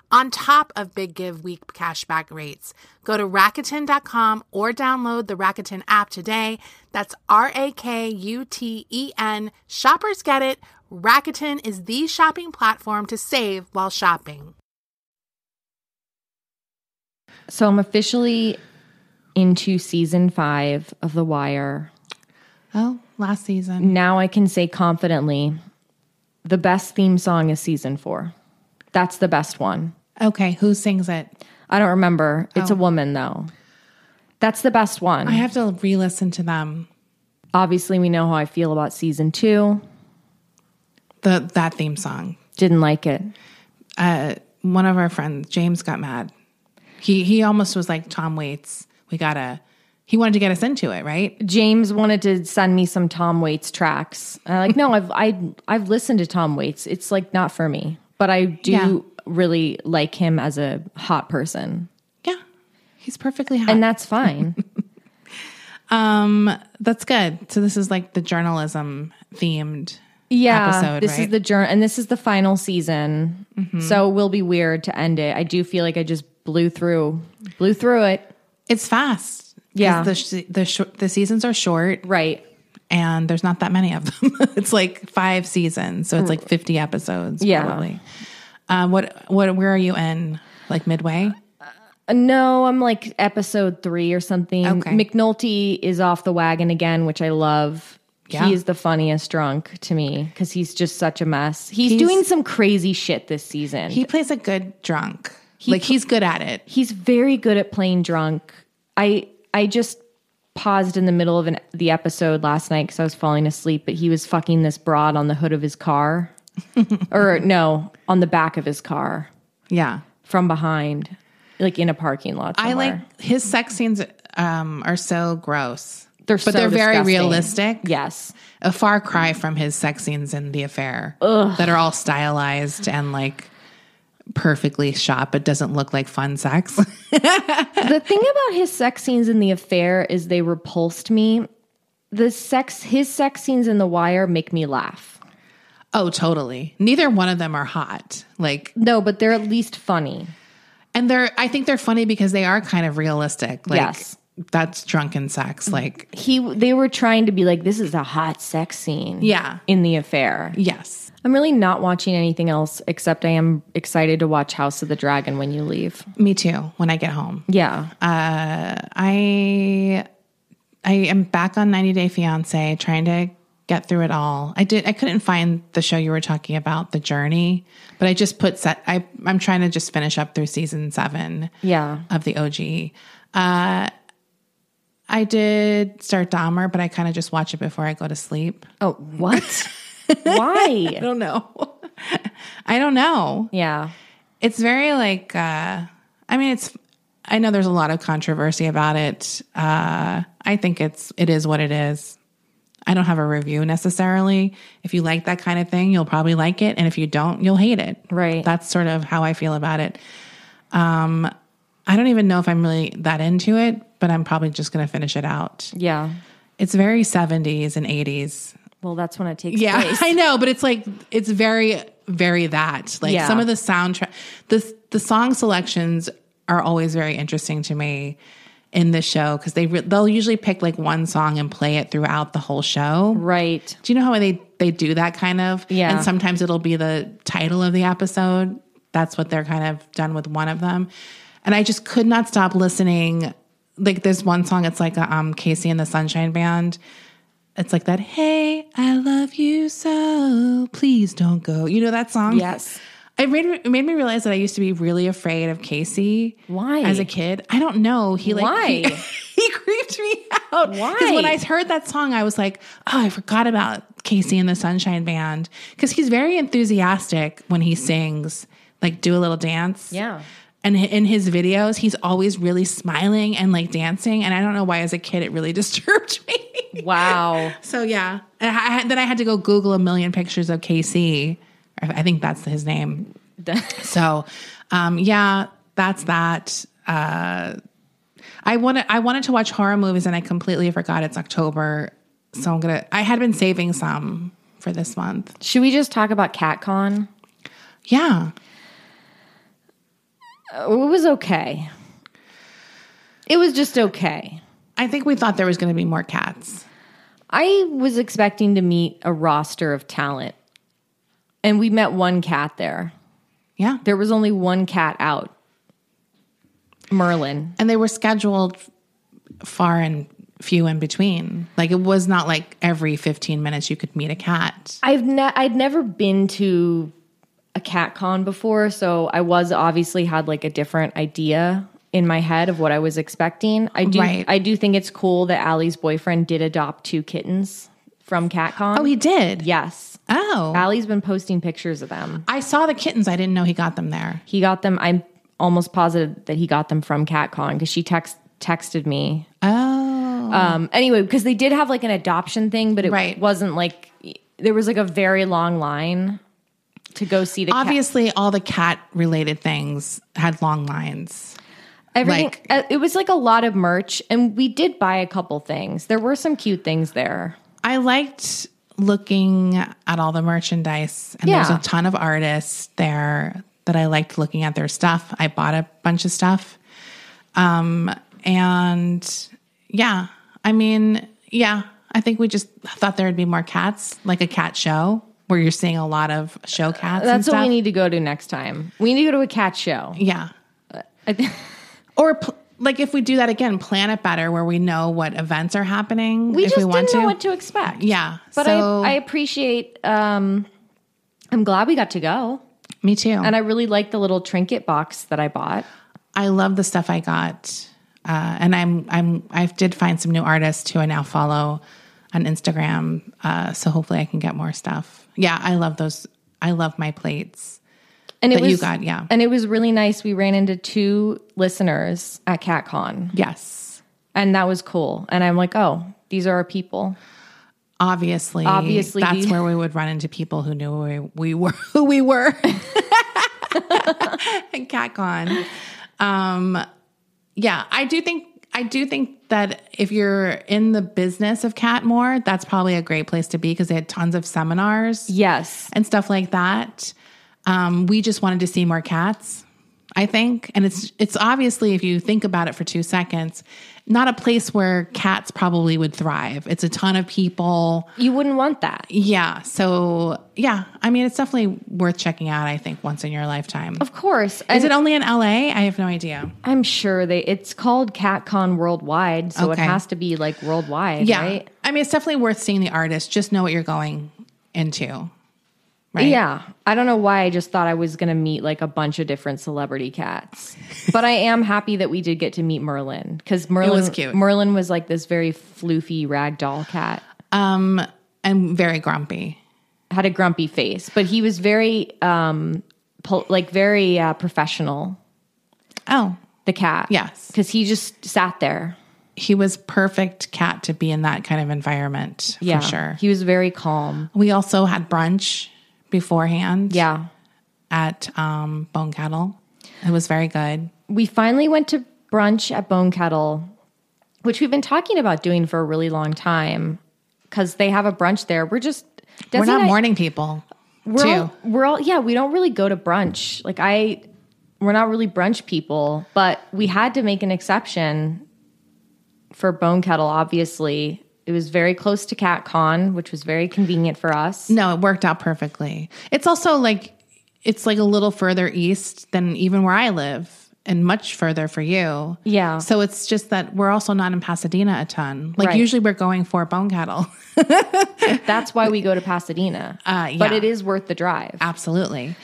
Speaker 2: on top of Big Give Week cashback rates. Go to Rakuten.com or download the Rakuten app today. That's R A K U T E N. Shoppers get it. Rakuten is the shopping platform to save while shopping.
Speaker 1: So I'm officially into season five of The Wire.
Speaker 3: Oh, last season.
Speaker 1: Now I can say confidently the best theme song is season four. That's the best one.
Speaker 3: Okay, who sings it?
Speaker 1: I don't remember. It's a woman, though. That's the best one.
Speaker 3: Oh. I have to re listen to them.
Speaker 1: Obviously, we know how I feel about season two.
Speaker 3: The that theme song.
Speaker 1: Didn't like it.
Speaker 3: uh, one of our friends, James, got mad. He he almost was like Tom Waits. We gotta. He wanted to get us into it, right?
Speaker 1: James wanted to send me some Tom Waits tracks. And I'm like, no, I've I, I've listened to Tom Waits. It's like not for me, but I do
Speaker 3: Yeah.
Speaker 1: really like him as a hot person,
Speaker 3: Yeah, he's perfectly hot.
Speaker 1: and that's fine.
Speaker 3: um, that's good. So this is like the journalism themed
Speaker 1: yeah,
Speaker 3: episode,
Speaker 1: This
Speaker 3: right? Mm-hmm.
Speaker 1: is the journal, and this is the final season, so it will be weird to end it. I do feel like I just blew through, blew through it.
Speaker 3: It's fast. 'Cause
Speaker 1: Yeah.
Speaker 3: The, sh- the, sh- the seasons are short
Speaker 1: Right.
Speaker 3: and there's not that many of them. it's like five seasons. So it's like 50 episodes
Speaker 1: Yeah.
Speaker 3: probably. Um, what, what, where are you in? Like midway?
Speaker 1: Uh, No, I'm like episode three or something.
Speaker 3: Okay.
Speaker 1: McNulty is off the wagon again, which I love.
Speaker 3: Yeah.
Speaker 1: He is the funniest drunk to me because he's just such a mess. He's,
Speaker 3: He's-
Speaker 1: doing some crazy shit this season.
Speaker 3: He plays a good drunk. like he's good at it.
Speaker 1: he's very good at playing drunk. I I just paused in the middle of an, the episode last night because I was falling asleep, but he was fucking this broad on the hood of his car, or no, on the back of his car
Speaker 3: Yeah.
Speaker 1: from behind, like in a parking lot.
Speaker 3: I
Speaker 1: Somewhere.
Speaker 3: like his sex scenes um, are so gross.
Speaker 1: They're
Speaker 3: but
Speaker 1: so
Speaker 3: they're very
Speaker 1: disgusting.
Speaker 3: realistic.
Speaker 1: Yes,
Speaker 3: A far cry from his sex scenes in The Affair that are all stylized and like perfectly shot, but doesn't look like fun sex.
Speaker 1: the thing about his sex scenes in the affair is they repulsed me. The sex, his sex scenes in The Wire make me laugh.
Speaker 3: oh, totally. Neither one of them are hot. Like,
Speaker 1: No, but they're at least funny.
Speaker 3: and they're, I think they're funny because they are kind of realistic. Like,
Speaker 1: Yes. Mm-hmm.
Speaker 3: that's drunken sex. Like,
Speaker 1: He, they were trying to be like, this is a hot sex scene.
Speaker 3: yeah.
Speaker 1: in the affair.
Speaker 3: Yes.
Speaker 1: I'm really not watching anything else except I am excited to watch House of the Dragon when you leave. Uh,
Speaker 3: Me too when I get home.
Speaker 1: Yeah.
Speaker 3: I I am back on 90 Day Fiance trying to get through it all. I did I couldn't find the show you were talking about, The Journey, but I just put set I I'm trying to just finish up through season 7
Speaker 1: yeah.
Speaker 3: of the OG. Uh I did start Dahmer, but I kind of just watch it before I go to sleep.
Speaker 1: Oh, what? Why?
Speaker 3: don't know. I don't know.
Speaker 1: Yeah.
Speaker 3: It's very like uh I mean it's I know there's a lot of controversy about it. Uh I think it's it is what it is. I don't have a review necessarily. If you like that kind of thing, you'll probably like it and if you don't, you'll hate it.
Speaker 1: Right.
Speaker 3: That's sort of how I feel about it. Um I don't even know if I'm really that into it, but I'm probably just going to finish it out.
Speaker 1: Yeah.
Speaker 3: It's very 70s and 80s.
Speaker 1: Well, that's when it takes
Speaker 3: Yeah,
Speaker 1: place.
Speaker 3: I know, but it's like it's very, very that. Like
Speaker 1: Yeah.
Speaker 3: some of the soundtrack, the the song selections are always very interesting to me in the show because they re- they'll usually pick like one song and play it throughout the whole show.
Speaker 1: Right.
Speaker 3: Do you know how they they do that kind of?
Speaker 1: Yeah.
Speaker 3: and sometimes it'll be the title of the episode. That's what they're kind of done with one of them, and I just could not stop listening. Like there's one song, it's like a, um Casey and the Sunshine Band it's like that hey i love you so please don't go you know that song
Speaker 1: Yes.
Speaker 3: it made, me- it made me realize that i used to be really afraid of casey
Speaker 1: Why?
Speaker 3: as a kid i don't know he like
Speaker 1: Why?
Speaker 3: he, he creeped me out 'Cause when
Speaker 1: Why?
Speaker 3: i heard that song i was like oh i forgot about casey and the sunshine band because he's very enthusiastic when he sings like do a little dance
Speaker 1: Yeah.
Speaker 3: and hi- in his videos he's always really smiling and like dancing and i don't know why as a kid it really disturbed me
Speaker 1: Wow.
Speaker 3: so yeah, and I, I, had- then I had to go Google a million pictures of KC. I I think that's his name. so, um, yeah, that's that. Uh, I wanted I wanted to watch horror movies, and I completely forgot it's October. So I'm gonna. I had been saving some for this month.
Speaker 1: Should we just talk about CatCon?
Speaker 3: Yeah,
Speaker 1: Uh, It was okay. It was just okay.
Speaker 3: I think we thought there was gonna be more cats.
Speaker 1: I was expecting to meet a roster of talent, and we met one cat there.
Speaker 3: Yeah,
Speaker 1: There was only one cat out. Merlin.
Speaker 3: and they were scheduled far and few in between. Like it was not like every 15 minutes you could meet a cat.
Speaker 1: I've ne- I'd never been to a cat con before, so I was obviously had like a different idea in my head of what I was expecting. I do
Speaker 3: Right.
Speaker 1: I do think it's cool that Allie's boyfriend did adopt two kittens from CatCon.
Speaker 3: Oh, he did.
Speaker 1: yes.
Speaker 3: Oh.
Speaker 1: Allie's been posting pictures of them.
Speaker 3: I saw the kittens. I didn't know he got them there.
Speaker 1: He got them. I'm almost positive that he got them from CatCon because she text texted me
Speaker 3: Oh.
Speaker 1: Um, anyway, because they did have like an adoption thing, but it
Speaker 3: Right.
Speaker 1: wasn't like there was like a very long line to go see the cat.
Speaker 3: Obviously, all the cat related things had long lines.
Speaker 1: Everything,
Speaker 3: like-
Speaker 1: uh, it was like a lot of merch, and we did buy a couple things. There were some cute things there.
Speaker 3: I liked looking at all the merchandise, and
Speaker 1: Yeah.
Speaker 3: there's a ton of artists there that I liked looking at their stuff. I bought a bunch of stuff. Um, and yeah, I mean, yeah, I think we just thought there would be more cats, like a cat show where you're seeing a lot of show cats. and
Speaker 1: That's what
Speaker 3: stuff.
Speaker 1: we need to go to next time. We need to go to a cat show.
Speaker 3: Yeah.
Speaker 1: I think
Speaker 3: Or pl- like if we do that again, plan it better where we know what events are happening.
Speaker 1: we
Speaker 3: if
Speaker 1: just
Speaker 3: we want
Speaker 1: didn't
Speaker 3: to.
Speaker 1: know what to expect.
Speaker 3: Yeah.
Speaker 1: But
Speaker 3: So-
Speaker 1: I, I appreciate. Um, I'm glad we got to go,
Speaker 3: Me too.
Speaker 1: and
Speaker 3: And
Speaker 1: I really like the little trinket box that I bought.
Speaker 3: I love the stuff I got. Uh, and I'm I'm I did find some new artists who I now follow on Instagram. Uh, so hopefully I can get more stuff. Yeah, I love those. I love my plates.
Speaker 1: And it
Speaker 3: That you
Speaker 1: was
Speaker 3: got, yeah.
Speaker 1: And it was really nice. We ran into two listeners at CatCon,
Speaker 3: Yes,
Speaker 1: and that was cool. And I'm like, oh, these are our people.
Speaker 3: obviously,
Speaker 1: Obviously,
Speaker 3: that's
Speaker 1: the-
Speaker 3: where we would run into people who knew we, we were who we were. And CatCon. Um, yeah, I do think I do think that if you're in the business of cat more, that's probably a great place to be because they had tons of seminars.
Speaker 1: Yes,
Speaker 3: and stuff like that. Um, we just wanted to see more cats, I think. And it's it's obviously if you think about it for two seconds, not a place where cats probably would thrive. It's a ton of people.
Speaker 1: you wouldn't want that.
Speaker 3: Yeah. So yeah, I mean it's definitely worth checking out, I think, once in your lifetime.
Speaker 1: Of course.
Speaker 3: Is
Speaker 1: And
Speaker 3: it only in LA? I have no idea.
Speaker 1: I'm sure they it's called CatCon Worldwide, so
Speaker 3: Okay.
Speaker 1: it has to be like worldwide,
Speaker 3: Yeah.
Speaker 1: right?
Speaker 3: I mean it's definitely worth seeing the artist. Just know what you're going into. Right.
Speaker 1: Yeah. I don't know why I just thought I was going to meet like a bunch of different celebrity cats. but I am happy that we did get to meet Merlin cuz Merlin
Speaker 3: was cute.
Speaker 1: Merlin was like this very floofy ragdoll cat.
Speaker 3: Um and very grumpy.
Speaker 1: Had a grumpy face, but he was very um pol- like very uh, professional,
Speaker 3: Oh.
Speaker 1: the cat.
Speaker 3: Yes.
Speaker 1: Cuz he just sat there.
Speaker 3: he was perfect cat to be in that kind of environment
Speaker 1: Yeah.
Speaker 3: for sure.
Speaker 1: He was very calm.
Speaker 3: we also had brunch beforehand
Speaker 1: Yeah.
Speaker 3: at um, Bone Kettle. It was very good.
Speaker 1: we finally went to brunch at Bone Kettle, which we've been talking about doing for a really long time because they have a brunch there. We're just Desi
Speaker 3: We're not
Speaker 1: and I-
Speaker 3: morning people.
Speaker 1: We're all,
Speaker 3: too.
Speaker 1: we're all yeah. We don't really go to brunch. Like I, we're not really brunch people, but we had to make an exception for Bone Kettle. Obviously, it was very close to Cat Con, which was very convenient for us.
Speaker 3: No, it worked out perfectly. It's also like it's like a little further east than even where I live. And much further for you.
Speaker 1: Yeah.
Speaker 3: So it's just that we're also not in Pasadena a ton. Like
Speaker 1: Right.
Speaker 3: usually we're going for bone cattle.
Speaker 1: That's why we go to Pasadena. Uh, But
Speaker 3: yeah.
Speaker 1: it is worth the drive.
Speaker 3: Absolutely.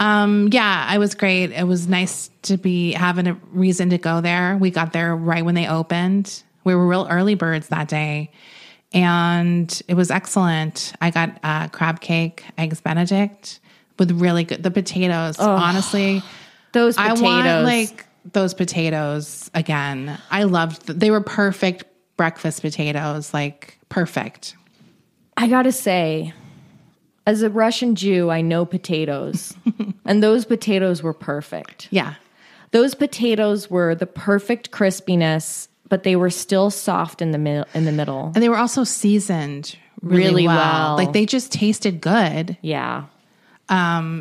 Speaker 3: Um, yeah, it was great. It was nice to be having a reason to go there. We got there right when they opened. We were real early birds that day, and it was excellent. I got uh, crab cake, eggs Benedict with really good the potatoes. Honestly,
Speaker 1: Those potatoes.
Speaker 3: I want like those potatoes again. I loved. They were perfect breakfast potatoes, like perfect.
Speaker 1: I gotta say, as a Russian Jew, I know potatoes, and those potatoes were perfect.
Speaker 3: Yeah,
Speaker 1: Those potatoes were the perfect crispiness, but they were still soft in the mi- in the middle.
Speaker 3: And they were also seasoned really,
Speaker 1: Really
Speaker 3: well.
Speaker 1: well.
Speaker 3: Like they just tasted good.
Speaker 1: Yeah,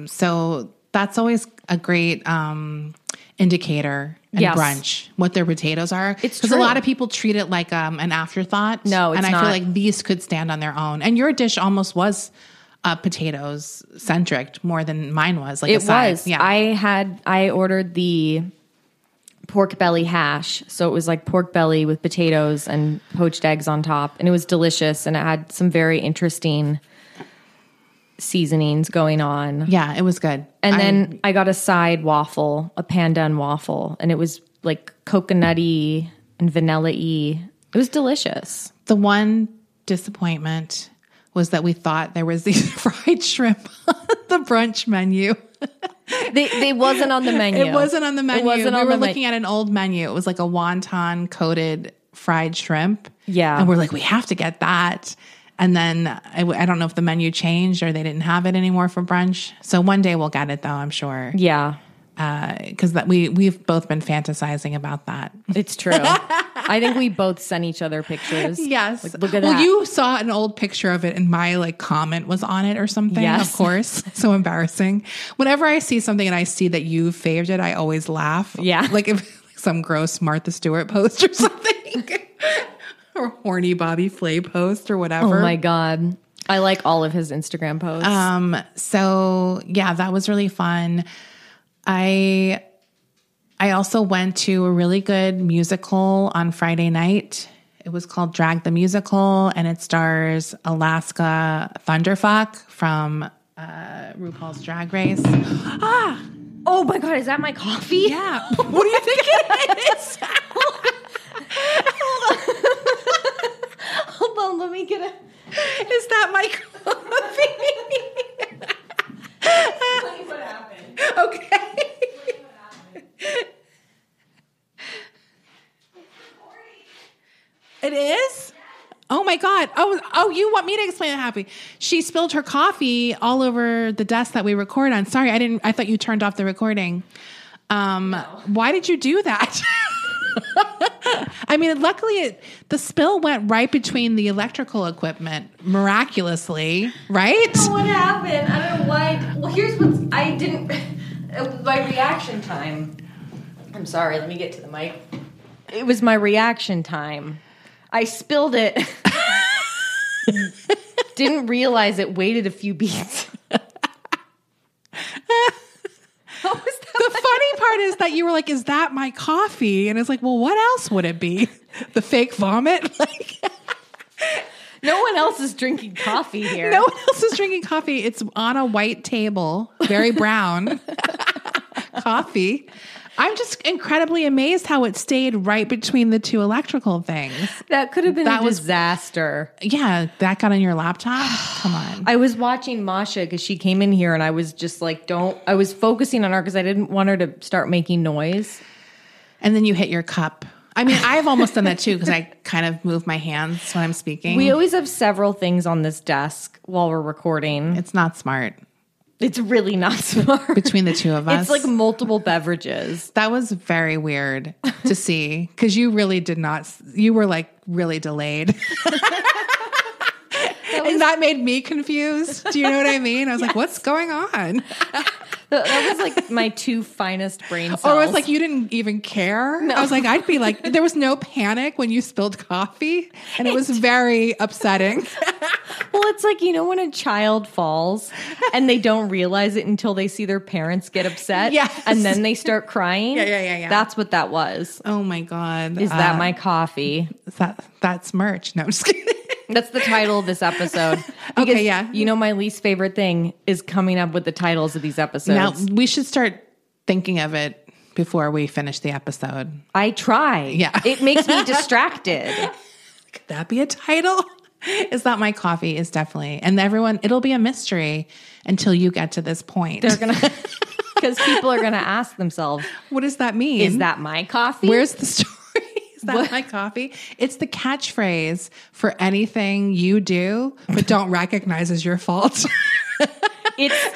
Speaker 3: So that's always a great um, indicator in
Speaker 1: Yes.
Speaker 3: brunch what their potatoes are.
Speaker 1: It's
Speaker 3: a
Speaker 1: true.
Speaker 3: lot of people treat it like um, an afterthought.
Speaker 1: No, it's
Speaker 3: and I
Speaker 1: not.
Speaker 3: feel like these could stand on their own. And your dish almost was uh, potatoes centric more than mine was. Like a
Speaker 1: it
Speaker 3: side.
Speaker 1: was.
Speaker 3: Yeah,
Speaker 1: I had I ordered the pork belly hash, so it was like pork belly with potatoes and poached eggs on top, and it was delicious, and it had some very interesting seasonings going on.
Speaker 3: yeah, it was good.
Speaker 1: And
Speaker 3: I-
Speaker 1: then I got a side waffle, a pandan waffle, and it was like coconutty and vanilla y. It was delicious.
Speaker 3: the one disappointment was that we thought there was these fried shrimp on the brunch menu.
Speaker 1: They they wasn't on the menu.
Speaker 3: It wasn't on the menu.
Speaker 1: It wasn't
Speaker 3: we
Speaker 1: on
Speaker 3: were
Speaker 1: the
Speaker 3: looking
Speaker 1: menu.
Speaker 3: at an old menu. It was like a wonton coated fried shrimp.
Speaker 1: Yeah.
Speaker 3: And we're like, we have to get that. And then I, w- I don't know if the menu changed or they didn't have it anymore for brunch. So one day we'll get it though, I'm sure, Uh,
Speaker 1: Yeah,
Speaker 3: because that we we've both been fantasizing about that.
Speaker 1: it's true. I think we both sent each other pictures.
Speaker 3: Yes.
Speaker 1: Like, look at
Speaker 3: well,
Speaker 1: that.
Speaker 3: you saw an old picture of it, and my like comment was on it or something.
Speaker 1: Yes.
Speaker 3: Of course, so embarrassing. Whenever I see something and I see that you faved it, I always laugh.
Speaker 1: Yeah.
Speaker 3: like if some gross Martha Stewart post or something, or horny Bobby Flay post or whatever.
Speaker 1: Oh my god. I like all of his Instagram posts.
Speaker 3: Um, so yeah, that was really fun. I I also went to a really good musical on Friday night. It was called Drag the Musical, and it stars Alaska Thunderfuck from uh, RuPaul's Drag Race.
Speaker 1: oh my god, is that my coffee?
Speaker 3: Yeah, what do you think it is?
Speaker 1: Hold on, let me get a
Speaker 3: Is that my coffee? Okay. It is? Oh my god. Oh oh you want me to explain it happy. She spilled her coffee all over the desk that we record on. Sorry, I didn't I thought you turned off the recording. Um why did you do that? I mean, luckily it, the spill went right between the electrical equipment miraculously, right?
Speaker 5: what happened? I don't know why. Well, here's what's I didn't. My reaction time. I'm sorry. Let me get to the mic.
Speaker 1: It was my reaction time. I spilled it. Didn't realize it waited a few beats. What was that?
Speaker 3: the funny part is that you were like, "Is that my coffee?" And it's like, "Well, what else would it be? The fake vomit? Like
Speaker 1: No one else is drinking coffee here.
Speaker 3: no one else is drinking coffee. It's on a white table, very brown coffee." I'm just incredibly amazed how it stayed right between the two electrical things.
Speaker 1: that could have been
Speaker 3: That
Speaker 1: a
Speaker 3: was-
Speaker 1: disaster.
Speaker 3: Yeah, that got on your laptop. Come on.
Speaker 1: I was watching Masha because she came in here and I was just like, don't. I was focusing on her because I didn't want her to start making noise.
Speaker 3: And then you hit your cup. I mean, I've almost done that too because I kind of move my hands when I'm speaking.
Speaker 1: We always have several things on this desk while we're recording.
Speaker 3: it's not smart
Speaker 1: It's really not smart.
Speaker 3: between the two of
Speaker 1: It's
Speaker 3: us.
Speaker 1: like multiple beverages.
Speaker 3: That was very weird to see because you really did not, you were like really delayed. and that made me confused. Do you know what I mean? I was like, what's going on?
Speaker 1: That- That was like my two finest brain cells.
Speaker 3: Or it was like, you didn't even care. I was like, I'd be like, there was no panic when you spilled coffee. And it was very upsetting.
Speaker 1: well, it's like you know when a child falls and they don't realize it until they see their parents get upset,
Speaker 3: Yes.
Speaker 1: and then they start crying.
Speaker 3: yeah, yeah, yeah.
Speaker 1: That's what that was.
Speaker 3: oh my God.
Speaker 1: Is that my coffee?
Speaker 3: that that's merch. No, I'm just kidding.
Speaker 1: That's the title of this episode.
Speaker 3: Okay,
Speaker 1: Because
Speaker 3: yeah.
Speaker 1: You know, my least favorite thing is coming up with the titles of these
Speaker 3: Now
Speaker 1: episodes.
Speaker 3: we should start thinking of it before we finish the episode.
Speaker 1: I try.
Speaker 3: Yeah.
Speaker 1: It makes me distracted.
Speaker 3: Could that be a title? Is that my coffee? Is definitely. And everyone, it'll be a mystery until you get to this point.
Speaker 1: They're going to, because people are going to ask themselves,
Speaker 3: what does that mean?
Speaker 1: is that my coffee?
Speaker 3: Where's the story? Is that my coffee? It's the catchphrase for anything you do, but don't recognize as your fault.
Speaker 1: it's,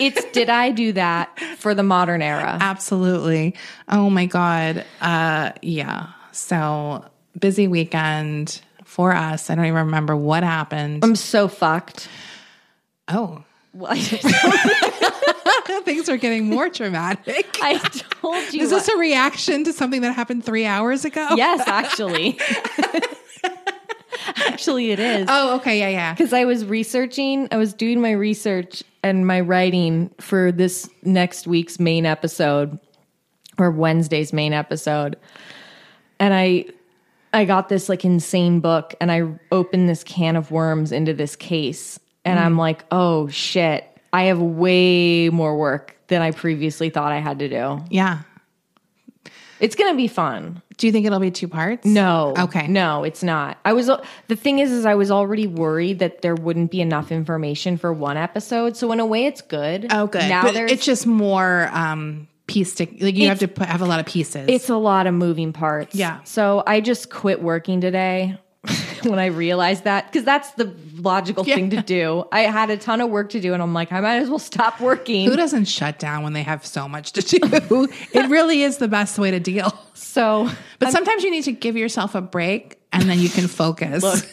Speaker 1: it's, did I do that for the modern era?
Speaker 3: Absolutely. Oh my God. Uh, yeah. So busy weekend for us. I don't even remember what happened.
Speaker 1: I'm so fucked.
Speaker 3: oh,
Speaker 1: Well,
Speaker 3: things are getting more dramatic.
Speaker 1: I told you.
Speaker 3: Is this
Speaker 1: I-
Speaker 3: a reaction to something that happened three hours ago?
Speaker 1: yes, actually. actually, it is.
Speaker 3: Oh, okay. Yeah, yeah.
Speaker 1: because I was researching, I was doing my research and my writing for this next week's main episode or Wednesday's main episode. And I I got this like insane book and I opened this can of worms into this case and I'm like, "Oh shit. I have way more work than I previously thought I had to do."
Speaker 3: Yeah.
Speaker 1: It's going to be fun.
Speaker 3: Do you think it'll be two parts?
Speaker 1: No.
Speaker 3: Okay.
Speaker 1: No, it's not. I was the thing is is I was already worried that there wouldn't be enough information for one episode. So in a way it's good.
Speaker 3: Oh, good.
Speaker 1: Now
Speaker 3: But
Speaker 1: there's
Speaker 3: it's
Speaker 1: it's,
Speaker 3: just more um piece to like you have to put, have a lot of pieces.
Speaker 1: a lot of moving parts.
Speaker 3: Yeah.
Speaker 1: So I just quit working today. when I realized that because that's the logical thing to do. I had a ton of work to do, and I'm like, I might as well stop
Speaker 3: Who
Speaker 1: working.
Speaker 3: doesn't shut down when they have so much to do? it really is the best way to deal.
Speaker 1: So
Speaker 3: But sometimes you need to give yourself a break and then you can focus.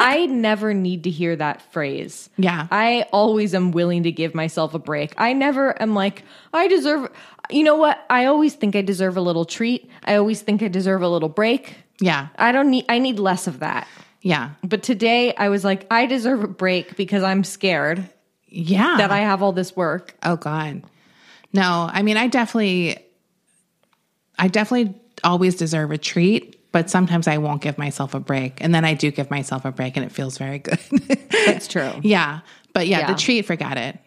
Speaker 1: I never need to hear that phrase.
Speaker 3: Yeah.
Speaker 1: I always am willing to give myself a break. I never am like, I deserve, you know what? I always think I deserve a little treat. I always think I deserve a little break.
Speaker 3: yeah.
Speaker 1: I don't need, I need less of that.
Speaker 3: Yeah.
Speaker 1: But today I was like, I deserve a break because I'm scared
Speaker 3: Yeah.
Speaker 1: that I have all this work.
Speaker 3: Oh God. No, I mean I definitely I definitely always deserve a treat, but sometimes I won't give myself a break. And then I do give myself a break and it feels very good.
Speaker 1: That's true.
Speaker 3: yeah. But yeah,
Speaker 1: Yeah.
Speaker 3: the treat, forget it.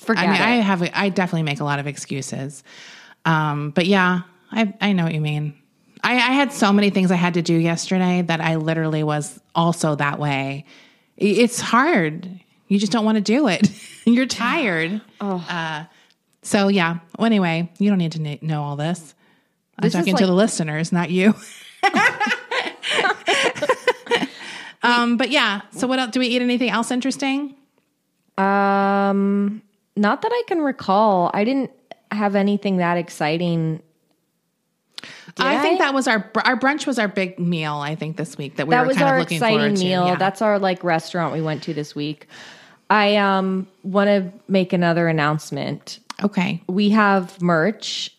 Speaker 1: Forget
Speaker 3: I mean,
Speaker 1: it.
Speaker 3: I have a, I definitely make a lot of excuses. Um, but yeah, I I know what you mean. I, I had so many things I had to do yesterday that I literally was also that way. I- It's hard. You just don't want to do it. You're tired. Uh,
Speaker 1: Oh.
Speaker 3: so yeah. Well, anyway, you don't need to kn- know all this. I'm
Speaker 1: This is
Speaker 3: talking to
Speaker 1: like-
Speaker 3: the listeners, not you. um, but yeah. So what else? Do we eat anything else interesting?
Speaker 1: Um, not that I can recall. I didn't have anything that exciting.
Speaker 3: I, think
Speaker 1: I?
Speaker 3: that was our br- our brunch was our big meal. I think this week that we
Speaker 1: that
Speaker 3: were
Speaker 1: was
Speaker 3: kind
Speaker 1: our
Speaker 3: of looking
Speaker 1: exciting
Speaker 3: forward
Speaker 1: meal.
Speaker 3: to. Yeah.
Speaker 1: That's our like restaurant we went to this week. I um want to make another announcement.
Speaker 3: okay.
Speaker 1: We have merch,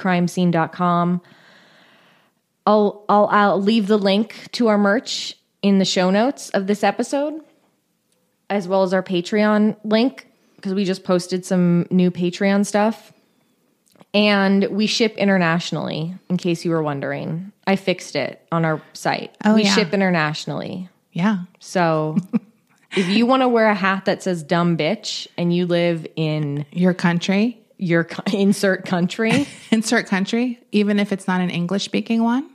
Speaker 1: hollywoodcrimescene.com. I'll I'll I'll leave the link to our merch in the show notes of this episode as well as our Patreon link because we just posted some new Patreon stuff. And we ship internationally, in case you were wondering. I fixed it on our site.
Speaker 3: Oh,
Speaker 1: we
Speaker 3: yeah.
Speaker 1: ship internationally.
Speaker 3: Yeah.
Speaker 1: So if you want to wear a hat that says dumb bitch and you live in
Speaker 3: Your country,
Speaker 1: your co- insert country,
Speaker 3: insert country, even if it's not an English speaking one,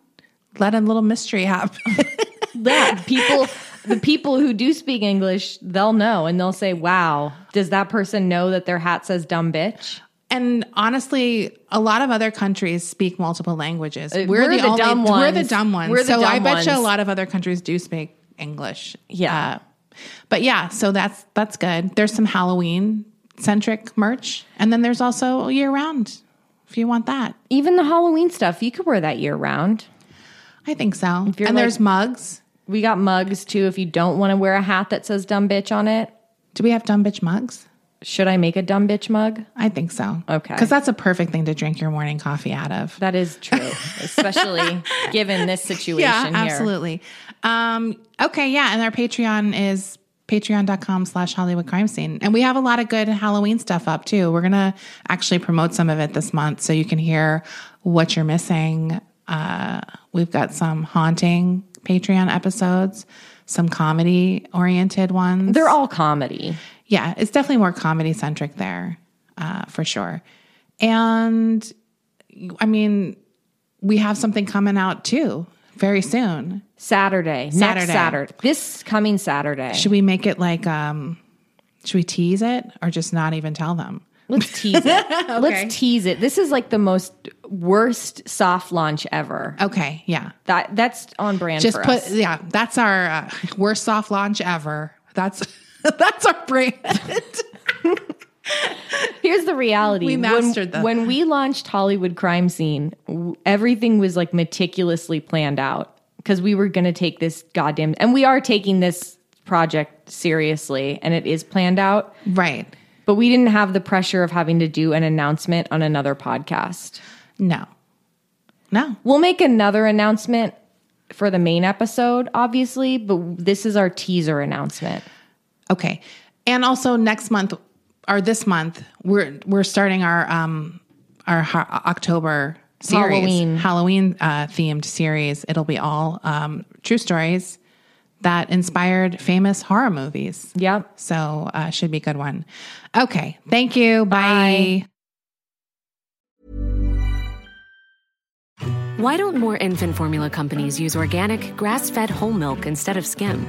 Speaker 3: let a little mystery happen.
Speaker 1: that people the people who do speak English, they'll know and they'll say, "Wow, does that person know that their hat says dumb bitch?"
Speaker 3: and honestly, a lot of other countries speak multiple languages. We're,
Speaker 1: Uh, we're
Speaker 3: the,
Speaker 1: the
Speaker 3: only
Speaker 1: dumb
Speaker 3: we're the
Speaker 1: ones.
Speaker 3: dumb ones.
Speaker 1: We're the
Speaker 3: so I
Speaker 1: dumb
Speaker 3: bet you a
Speaker 1: ones.
Speaker 3: lot of other countries do speak English.
Speaker 1: Yeah.
Speaker 3: Uh, but yeah, so that's that's good. There's some Halloween centric merch, and then there's also year round if you want that.
Speaker 1: Even the Halloween stuff, you could wear that year round.
Speaker 3: I think so. And
Speaker 1: you're like-
Speaker 3: there's mugs.
Speaker 1: We got mugs too if you don't want to wear a hat that says dumb bitch on it.
Speaker 3: Do we have dumb bitch mugs?
Speaker 1: Should I make a dumb bitch mug?
Speaker 3: I think so.
Speaker 1: Okay.
Speaker 3: Because that's a perfect thing to drink your morning coffee out of.
Speaker 1: That is true, especially given this situation
Speaker 3: yeah,
Speaker 1: here.
Speaker 3: absolutely. Um, okay, yeah. And our Patreon is patreon.com slash Hollywood crime scene. And we have a lot of good Halloween stuff up too. We're going to actually promote some of it this month so you can hear what you're missing. Uh, we've got some haunting Patreon episodes, some comedy oriented ones.
Speaker 1: They're all comedy.
Speaker 3: yeah, it's definitely more comedy centric there uh, for sure. And I mean, we have something coming out too very soon.
Speaker 1: Saturday,
Speaker 3: Saturday.
Speaker 1: next Saturday, this coming Saturday.
Speaker 3: Should we make it like, um, should we tease it or just not even tell them?
Speaker 1: Let's tease it. Let's tease it. This is like the most worst soft launch ever.
Speaker 3: Okay, yeah.
Speaker 1: That that's on brand.
Speaker 3: Oh. Just
Speaker 1: for
Speaker 3: put,
Speaker 1: us.
Speaker 3: yeah, that's our uh, worst soft launch ever. That's that's our brand.
Speaker 1: Here's the reality.
Speaker 3: We mastered
Speaker 1: when,
Speaker 3: that.
Speaker 1: when we launched Hollywood Crime Scene, w- everything was like meticulously planned out because we were going to take this goddamn and we are taking this project seriously and it is planned out,
Speaker 3: right.
Speaker 1: but we didn't have the pressure of having to do an announcement on another podcast.
Speaker 3: No. No.
Speaker 1: We'll make another announcement for the main episode obviously, but this is our teaser announcement.
Speaker 3: Okay. And also next month or this month, we're we're starting our um our ho- October series,
Speaker 1: Halloween.
Speaker 3: Halloween, uh, themed series. It'll be all um, true stories that inspired famous horror movies.
Speaker 1: Yep.
Speaker 3: So uh, should be a good one. Okay. Thank you. Bye.
Speaker 6: Why don't more infant formula companies use organic, grass fed whole milk instead of skim?